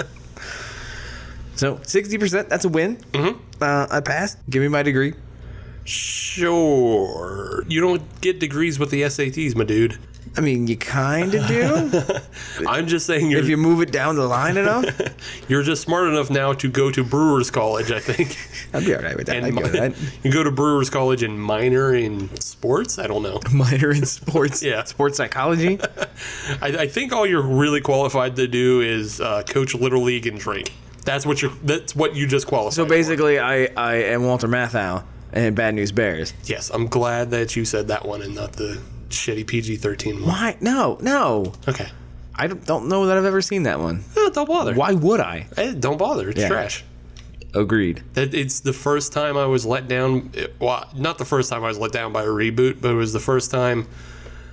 Speaker 5: so 60%, that's a win. Mm-hmm. Uh, I passed. Give me my degree.
Speaker 1: Sure. You don't get degrees with the SATs, my dude.
Speaker 5: I mean, you kind of do
Speaker 1: I'm just saying you're
Speaker 5: if you move it down the line enough.
Speaker 1: You're just smart enough now to go to Brewers College, I think.
Speaker 5: I'd be all right with that. I'd
Speaker 1: And
Speaker 5: go with
Speaker 1: mi-
Speaker 5: that.
Speaker 1: you go to Brewers College and minor in sports. I don't know.
Speaker 5: Minor in sports,
Speaker 1: Yeah.
Speaker 5: sports psychology.
Speaker 1: I, I think all you're really qualified to do is uh, coach little league and drink. That's what you're. That's what you just qualified.
Speaker 5: So
Speaker 1: for.
Speaker 5: basically, I, I am Walter Matthau and Bad News Bears.
Speaker 1: yes. I'm glad that you said that one and not the shitty PG-13 one.
Speaker 5: Why? No, no.
Speaker 1: Okay.
Speaker 5: I don't, don't know that I've ever seen that one.
Speaker 1: Eh, don't bother.
Speaker 5: Why would I?
Speaker 1: Eh, don't bother. It's
Speaker 5: Yeah.
Speaker 1: trash.
Speaker 5: Agreed.
Speaker 1: That it's the first time I was let down. it- Well, not the first time I was let down by a reboot, but it was the first time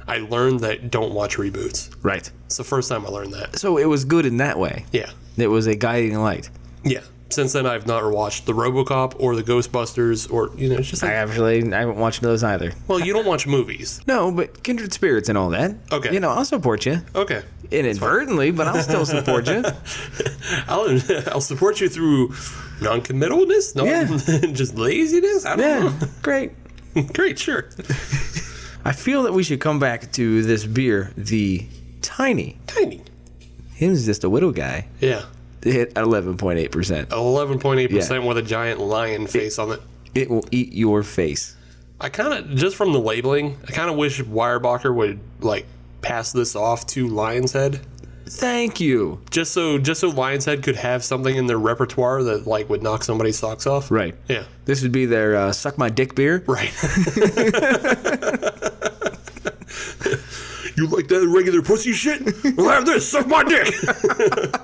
Speaker 1: I learned that don't watch reboots.
Speaker 5: Right.
Speaker 1: It's the first time I learned that.
Speaker 5: So it was good in that way.
Speaker 1: Yeah.
Speaker 5: It was a guiding light.
Speaker 1: Yeah. Since then, I've not watched the Robocop or the Ghostbusters or, you know, it's just
Speaker 5: I
Speaker 1: like,
Speaker 5: actually I haven't watched those either.
Speaker 1: well, you don't watch movies.
Speaker 5: No, but Kindred Spirits and all that.
Speaker 1: Okay.
Speaker 5: You know, I'll support you
Speaker 1: Okay.
Speaker 5: inadvertently, but I'll still support you.
Speaker 1: I'll, I'll support you through non committalness, non-
Speaker 5: Yeah.
Speaker 1: just laziness. I
Speaker 5: Yeah,
Speaker 1: don't
Speaker 5: great.
Speaker 1: know. Great, sure.
Speaker 5: I feel that we should come back to this beer, the Tiny.
Speaker 1: Tiny.
Speaker 5: Him's just a widow guy.
Speaker 1: Yeah.
Speaker 5: It hit 11.8%.
Speaker 1: 11.8%
Speaker 5: Yeah.
Speaker 1: with a giant lion face on it.
Speaker 5: It will eat your face.
Speaker 1: I kind of, just from the labeling, I kind of wish Weyerbacher would, like, pass this off to Lion's Head.
Speaker 5: Thank you.
Speaker 1: Just so, just so Lion's Head could have something in their repertoire that like would knock somebody's socks off.
Speaker 5: Right.
Speaker 1: Yeah.
Speaker 5: This would be their uh, suck my dick beer.
Speaker 1: Right. you like that regular pussy shit? Well, have this. Suck my dick.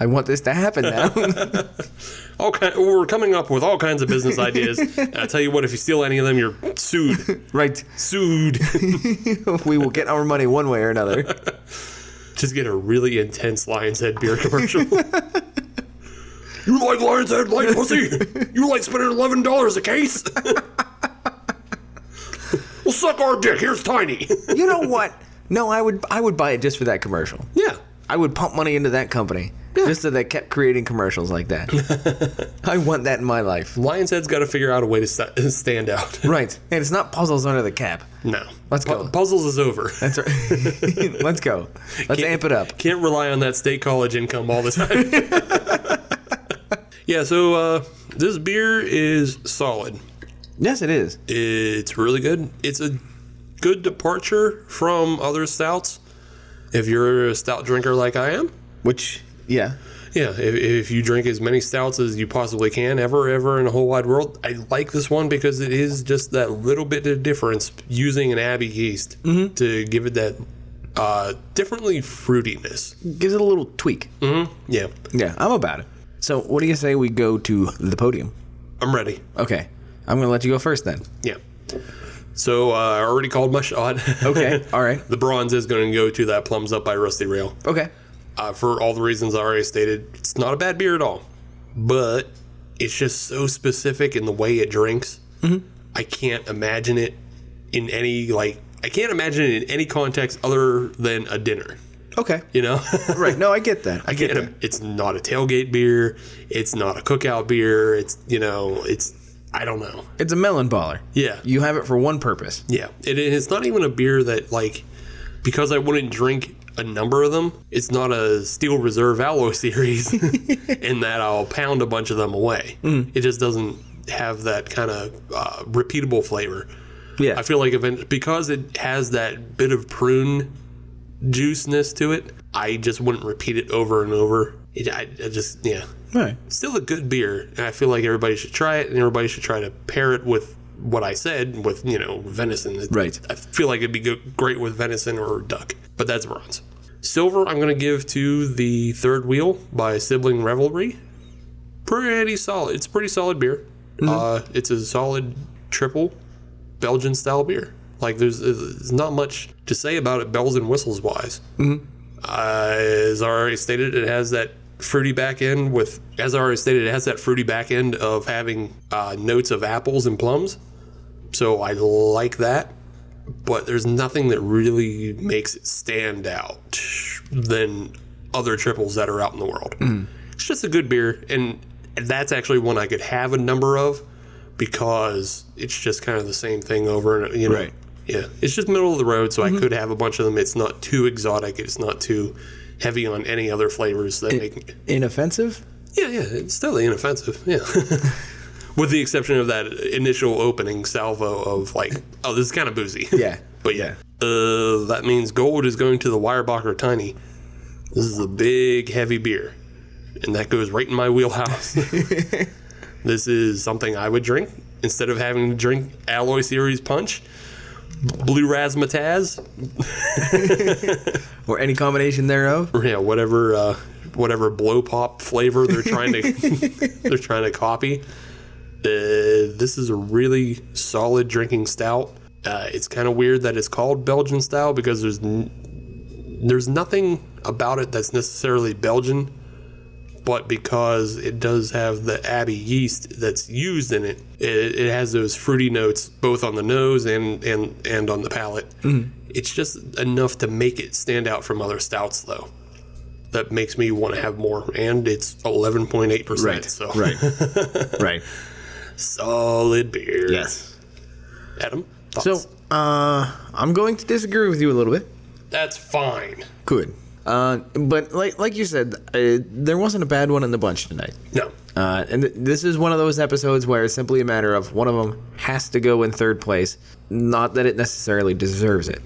Speaker 5: I want this to happen now.
Speaker 1: all kind, we're coming up with all kinds of business ideas. And I tell you what, if you steal any of them, you're sued.
Speaker 5: right.
Speaker 1: Sued.
Speaker 5: We will get our money one way or another.
Speaker 1: Just get a really intense Lion's Head beer commercial. you like Lion's Head like pussy? You like spending eleven dollars a case? well, suck our dick. Here's Tiny.
Speaker 5: You know what? No, I would I would buy it just for that commercial.
Speaker 1: yeah.
Speaker 5: I would pump money into that company just so they kept creating commercials like that. I want that in my life.
Speaker 1: Lion's Head's got to figure out a way to st- stand out.
Speaker 5: Right. And it's not puzzles under the cap.
Speaker 1: No.
Speaker 5: Let's go.
Speaker 1: puzzles is over.
Speaker 5: That's right. Let's go. Let's amp it up.
Speaker 1: Can't rely on that state college income all the time. yeah, so uh, this beer is solid.
Speaker 5: Yes, it is.
Speaker 1: It's really good. It's a good departure from other stouts. If you're a stout drinker like I am,
Speaker 5: Which yeah.
Speaker 1: yeah, if, if you drink as many stouts as you possibly can ever, ever in the whole wide world, I like this one because it is just that little bit of difference using an Abbey yeast
Speaker 5: Mm-hmm.
Speaker 1: to give it that uh, differently fruitiness.
Speaker 5: Gives it a little tweak.
Speaker 1: Yeah,
Speaker 5: Mm. Yeah, I'm about it. So what do you say we go to the podium?
Speaker 1: I'm ready.
Speaker 5: Okay. I'm gonna let you go first then.
Speaker 1: Yeah. So uh, I already called my shot.
Speaker 5: Okay. All right.
Speaker 1: the bronze is going to go to that plums up by Rusty Rail
Speaker 5: Okay.
Speaker 1: uh, for all the reasons I already stated. It's not a bad beer at all, but it's just so specific in the way it drinks.
Speaker 5: Mm-hmm.
Speaker 1: I can't imagine it in any like I can't imagine it in any context other than a dinner.
Speaker 5: Okay.
Speaker 1: You know,
Speaker 5: Right. No, I get that. I,
Speaker 1: I
Speaker 5: get
Speaker 1: can't.
Speaker 5: that.
Speaker 1: im- It's not a tailgate beer. It's not a cookout beer. It's you know. It's I don't know.
Speaker 5: It's a melon baller.
Speaker 1: Yeah.
Speaker 5: You have it for one purpose.
Speaker 1: Yeah, it, it's not even a beer that like because I wouldn't drink a number of them. It's not a Steel Reserve Aloe series in that I'll pound a bunch of them away. It just doesn't have that kind of uh, repeatable flavor.
Speaker 5: Yeah.
Speaker 1: I feel like event because it has that bit of prune juiceness to it. I just wouldn't repeat it over and over. It, I, I just yeah,
Speaker 5: All right.
Speaker 1: still a good beer, and I feel like everybody should try it, and everybody should try to pair it with what I said with you know venison. It-
Speaker 5: Right.
Speaker 1: I feel like it'd be go- great with venison or duck, but that's bronze. Silver, I'm going to give to the Third Wheel by Sibling Revelry. Pretty solid. It's a pretty solid beer. Uh, it's a solid triple Belgian style beer. Like there's, there's not much to say about it bells and whistles wise. Uh, as I already stated, it has that fruity back end with, as I already stated, it has that fruity back end of having uh, notes of apples and plums. So I like that, but there's nothing that really makes it stand out than other triples that are out in the world. It's just a good beer, and that's actually one I could have a number of because it's just kind of the same thing over and you know.
Speaker 5: Right.
Speaker 1: Yeah, it's just middle of the road, so I could have a bunch of them. It's not too exotic. It's not too heavy on any other flavors that make me-
Speaker 5: Inoffensive?
Speaker 1: yeah, yeah, it's still inoffensive. Yeah. With the exception of that initial opening salvo of like, oh, this is kind of boozy.
Speaker 5: Yeah.
Speaker 1: but yeah. Uh, that means gold is going to the Weyerbacher Tiny. This is a big, heavy beer. And that goes right in my wheelhouse. this is something I would drink instead of having to drink Alloy Series Punch, Blue Razzmatazz,
Speaker 5: Or any combination thereof?
Speaker 1: yeah, whatever uh, whatever blow pop flavor they're trying to they're trying to copy. Uh, this is a really solid drinking stout. Uh, it's kind of weird that it's called Belgian style because there's n- there's nothing about it that's necessarily Belgian, but because it does have the Abbey yeast that's used in it, it, it has those fruity notes both on the nose and and and on the palate.
Speaker 5: Mm-hmm.
Speaker 1: It's just enough to make it stand out from other stouts, though. That makes me want to have more, and it's eleven point eight percent. So
Speaker 5: Right. right.
Speaker 1: solid beer. Adam.
Speaker 5: So,
Speaker 1: Thoughts?
Speaker 5: uh, I'm going to disagree with you a little bit.
Speaker 1: that's fine.
Speaker 5: Good. Uh, but like like you said, uh, there wasn't a bad one in the bunch tonight.
Speaker 1: No.
Speaker 5: Uh, and th- this is one of those episodes where it's simply a matter of one of them has to go in third place. Not that it necessarily deserves it.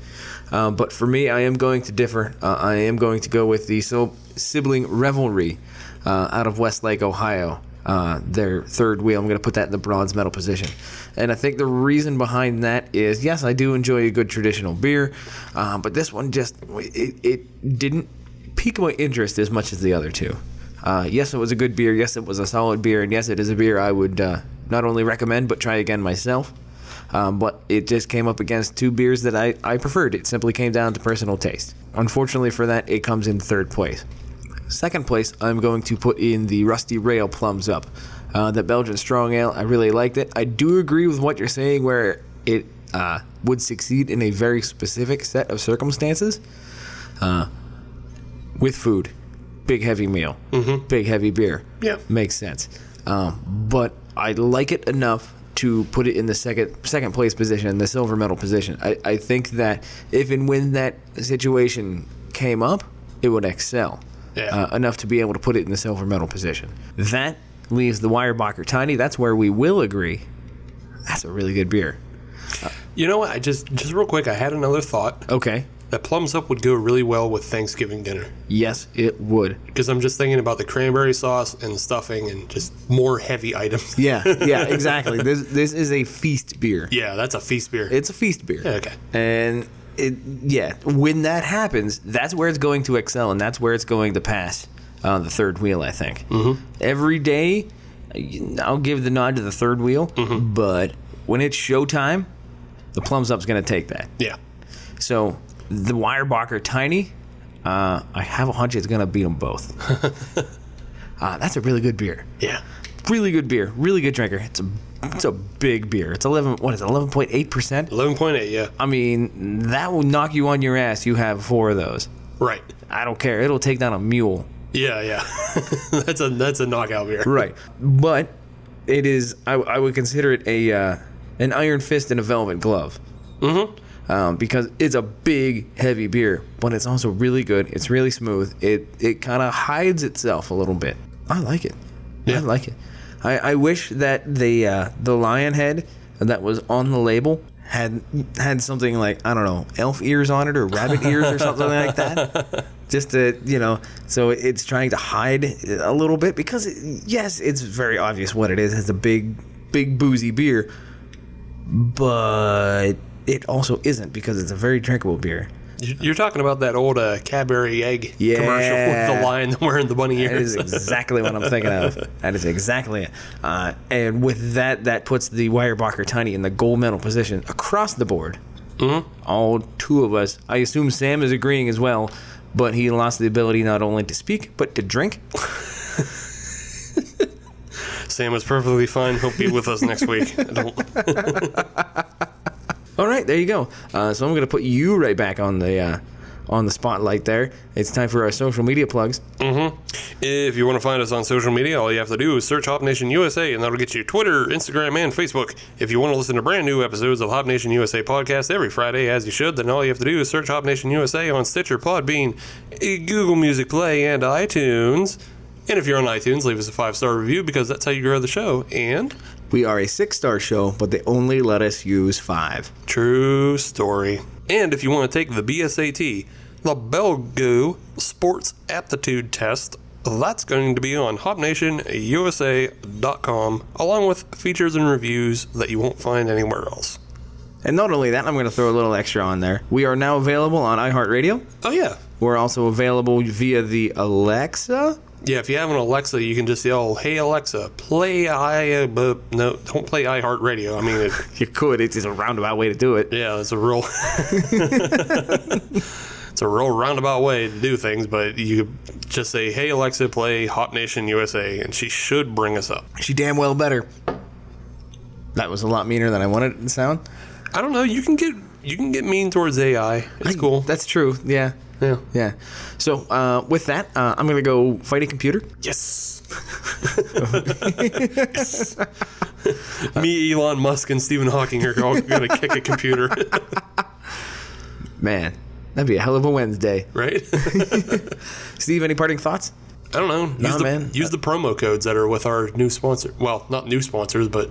Speaker 5: Um, but for me, I am going to differ. Uh, I am going to go with the so- sibling revelry uh, out of Westlake, Ohio. Uh, their third wheel. I'm going to put that in the bronze medal position. And I think the reason behind that is yes, I do enjoy a good traditional beer, uh, but this one just, it, it didn't pique my interest as much as the other two. Uh, yes, it was a good beer. Yes, it was a solid beer. And yes, it is a beer I would uh, not only recommend but try again myself. Um, but it just came up against two beers that I, I preferred. It simply came down to personal taste. Unfortunately for that, it comes in third place. Second place, I'm going to put in the Rusty Rail Plums Up. Uh, that Belgian Strong Ale, I really liked it. I do agree with what you're saying, where it uh, would succeed in a very specific set of circumstances uh, with food. Big heavy meal. Big heavy beer.
Speaker 1: Yeah.
Speaker 5: Makes sense. Um, but I like it enough to put it in the second second place position, the silver medal position. I, I think that if and when that situation came up, it would excel.
Speaker 1: Yeah.
Speaker 5: Uh, enough to be able to put it in the silver medal position. That leaves the Weyerbacher Tiny. That's where we will agree. That's a really good beer.
Speaker 1: You know what? I just just real quick. I had another thought.
Speaker 5: Okay.
Speaker 1: That plums up would go really well with Thanksgiving dinner
Speaker 5: Yes, it would.
Speaker 1: because I'm just thinking about the cranberry sauce and the stuffing and just more heavy items.
Speaker 5: Yeah, yeah, exactly. this this is a feast beer.
Speaker 1: Yeah, that's a feast beer.
Speaker 5: It's a feast beer.
Speaker 1: Yeah, okay.
Speaker 5: And it, yeah, when that happens, that's where it's going to excel, and that's where it's going to pass uh, the third wheel. I think
Speaker 1: Mm-hmm.
Speaker 5: Every day, I'll give the nod to the third wheel,
Speaker 1: Mm-hmm.
Speaker 5: but when it's showtime, the plums up's going to take that.
Speaker 1: yeah.
Speaker 5: So the Weyerbacher Tiny, uh, I have a hunch it's going to beat them both. uh, that's a really good beer
Speaker 1: Yeah.
Speaker 5: really good beer, really good drinker. It's a it's a big beer. It's eleven. What is it? Eleven point eight percent.
Speaker 1: 11.8, yeah.
Speaker 5: I mean, that will knock you on your ass. You have four of those.
Speaker 1: Right.
Speaker 5: I don't care. It'll take down a mule.
Speaker 1: Yeah, yeah. that's a that's a knockout beer.
Speaker 5: Right. But it is. I, I would consider it a uh, an iron fist and a velvet glove. Mm-hmm. Um, because it's a big, heavy beer, but it's also really good. It's really smooth. It it kind of hides itself a little bit. I like it. I
Speaker 1: Yeah.
Speaker 5: like it. I, I wish that the uh, the lion head that was on the label had had something like I don't know elf ears on it or rabbit ears or something like that. Just to you know, so it's trying to hide a little bit because it, yes, it's very obvious what it is. It's a big, big boozy beer, but it also isn't because it's a very drinkable beer.
Speaker 1: You- You're talking about that old uh, Cadbury egg
Speaker 5: Yeah.
Speaker 1: commercial with the lion wearing the bunny
Speaker 5: That is
Speaker 1: ears.
Speaker 5: exactly what I'm thinking of. That is exactly it. Uh, and with that, that puts the Weyerbacher Tiny in the gold medal position across the board. All two of us. I assume Sam is agreeing as well, but he lost the ability not only to speak, but to drink.
Speaker 1: Sam is perfectly fine. He'll be with us next week. I don't-
Speaker 5: All right, there you go. Uh, so I'm going to put you right back on the uh, on the spotlight. There, it's time for our social media plugs.
Speaker 1: If you want to find us on social media, all you have to do is search Hop Nation USA, and that'll get you Twitter, Instagram, and Facebook. If you want to listen to brand new episodes of Hop Nation USA podcast every Friday, as you should, then all you have to do is search Hop Nation USA on Stitcher, Podbean, eh, Google Music Play, and iTunes. And if you're on iTunes, leave us a five star review because that's how you grow the show. And
Speaker 5: We are a six star show, but they only let us use five.
Speaker 1: True story. And if you want to take the BSAT, the Belgu Sports Aptitude Test, that's going to be on hopnationusa.com, along with features and reviews that you won't find anywhere else.
Speaker 5: And not only that, I'm going to throw a little extra on there. We are now available on iHeartRadio.
Speaker 1: Oh, yeah.
Speaker 5: We're also available via the Alexa.
Speaker 1: Yeah, if you have an Alexa, you can just yell, Hey, Alexa, play I. Uh, no, don't play iHeartRadio. I mean, it,
Speaker 5: You could. It's, it's a roundabout way to do it.
Speaker 1: yeah, it's a real. It's a real roundabout way to do things, but you could just say, "Hey Alexa, play Hop Nation USA," and she should bring us up.
Speaker 5: She damn well better. That was a lot meaner than I wanted it to sound.
Speaker 1: I don't know. You can get you can get mean towards AI. It's cool.
Speaker 5: That's true. Yeah.
Speaker 1: yeah.
Speaker 5: Yeah. So uh, with that, uh, I'm gonna go fight a computer.
Speaker 1: Yes. Me, Elon Musk, and Stephen Hawking are all going to kick a computer,
Speaker 5: Man, that'd be a hell of a Wednesday.
Speaker 1: right?
Speaker 5: Steve, any parting thoughts?
Speaker 1: I don't know. Use
Speaker 5: Nah,
Speaker 1: the,
Speaker 5: man.
Speaker 1: Use the promo codes that are with our new sponsor. Well, not new sponsors, but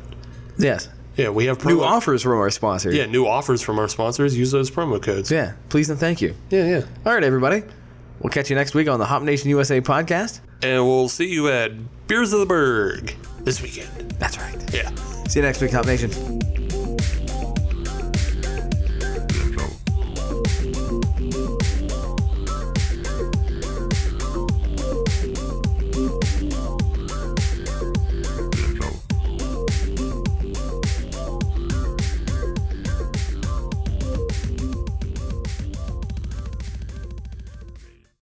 Speaker 5: Yes.
Speaker 1: yeah, we have promo,
Speaker 5: New offers from our sponsor.
Speaker 1: Yeah, new offers from our sponsors. Use those promo codes.
Speaker 5: Yeah. Please and thank you.
Speaker 1: yeah, yeah.
Speaker 5: All right, everybody. We'll catch you next week on the Hop Nation USA podcast.
Speaker 1: And we'll see you at Beers of the Berg this weekend.
Speaker 5: That's right.
Speaker 1: Yeah.
Speaker 5: See you next week, Hop Nation.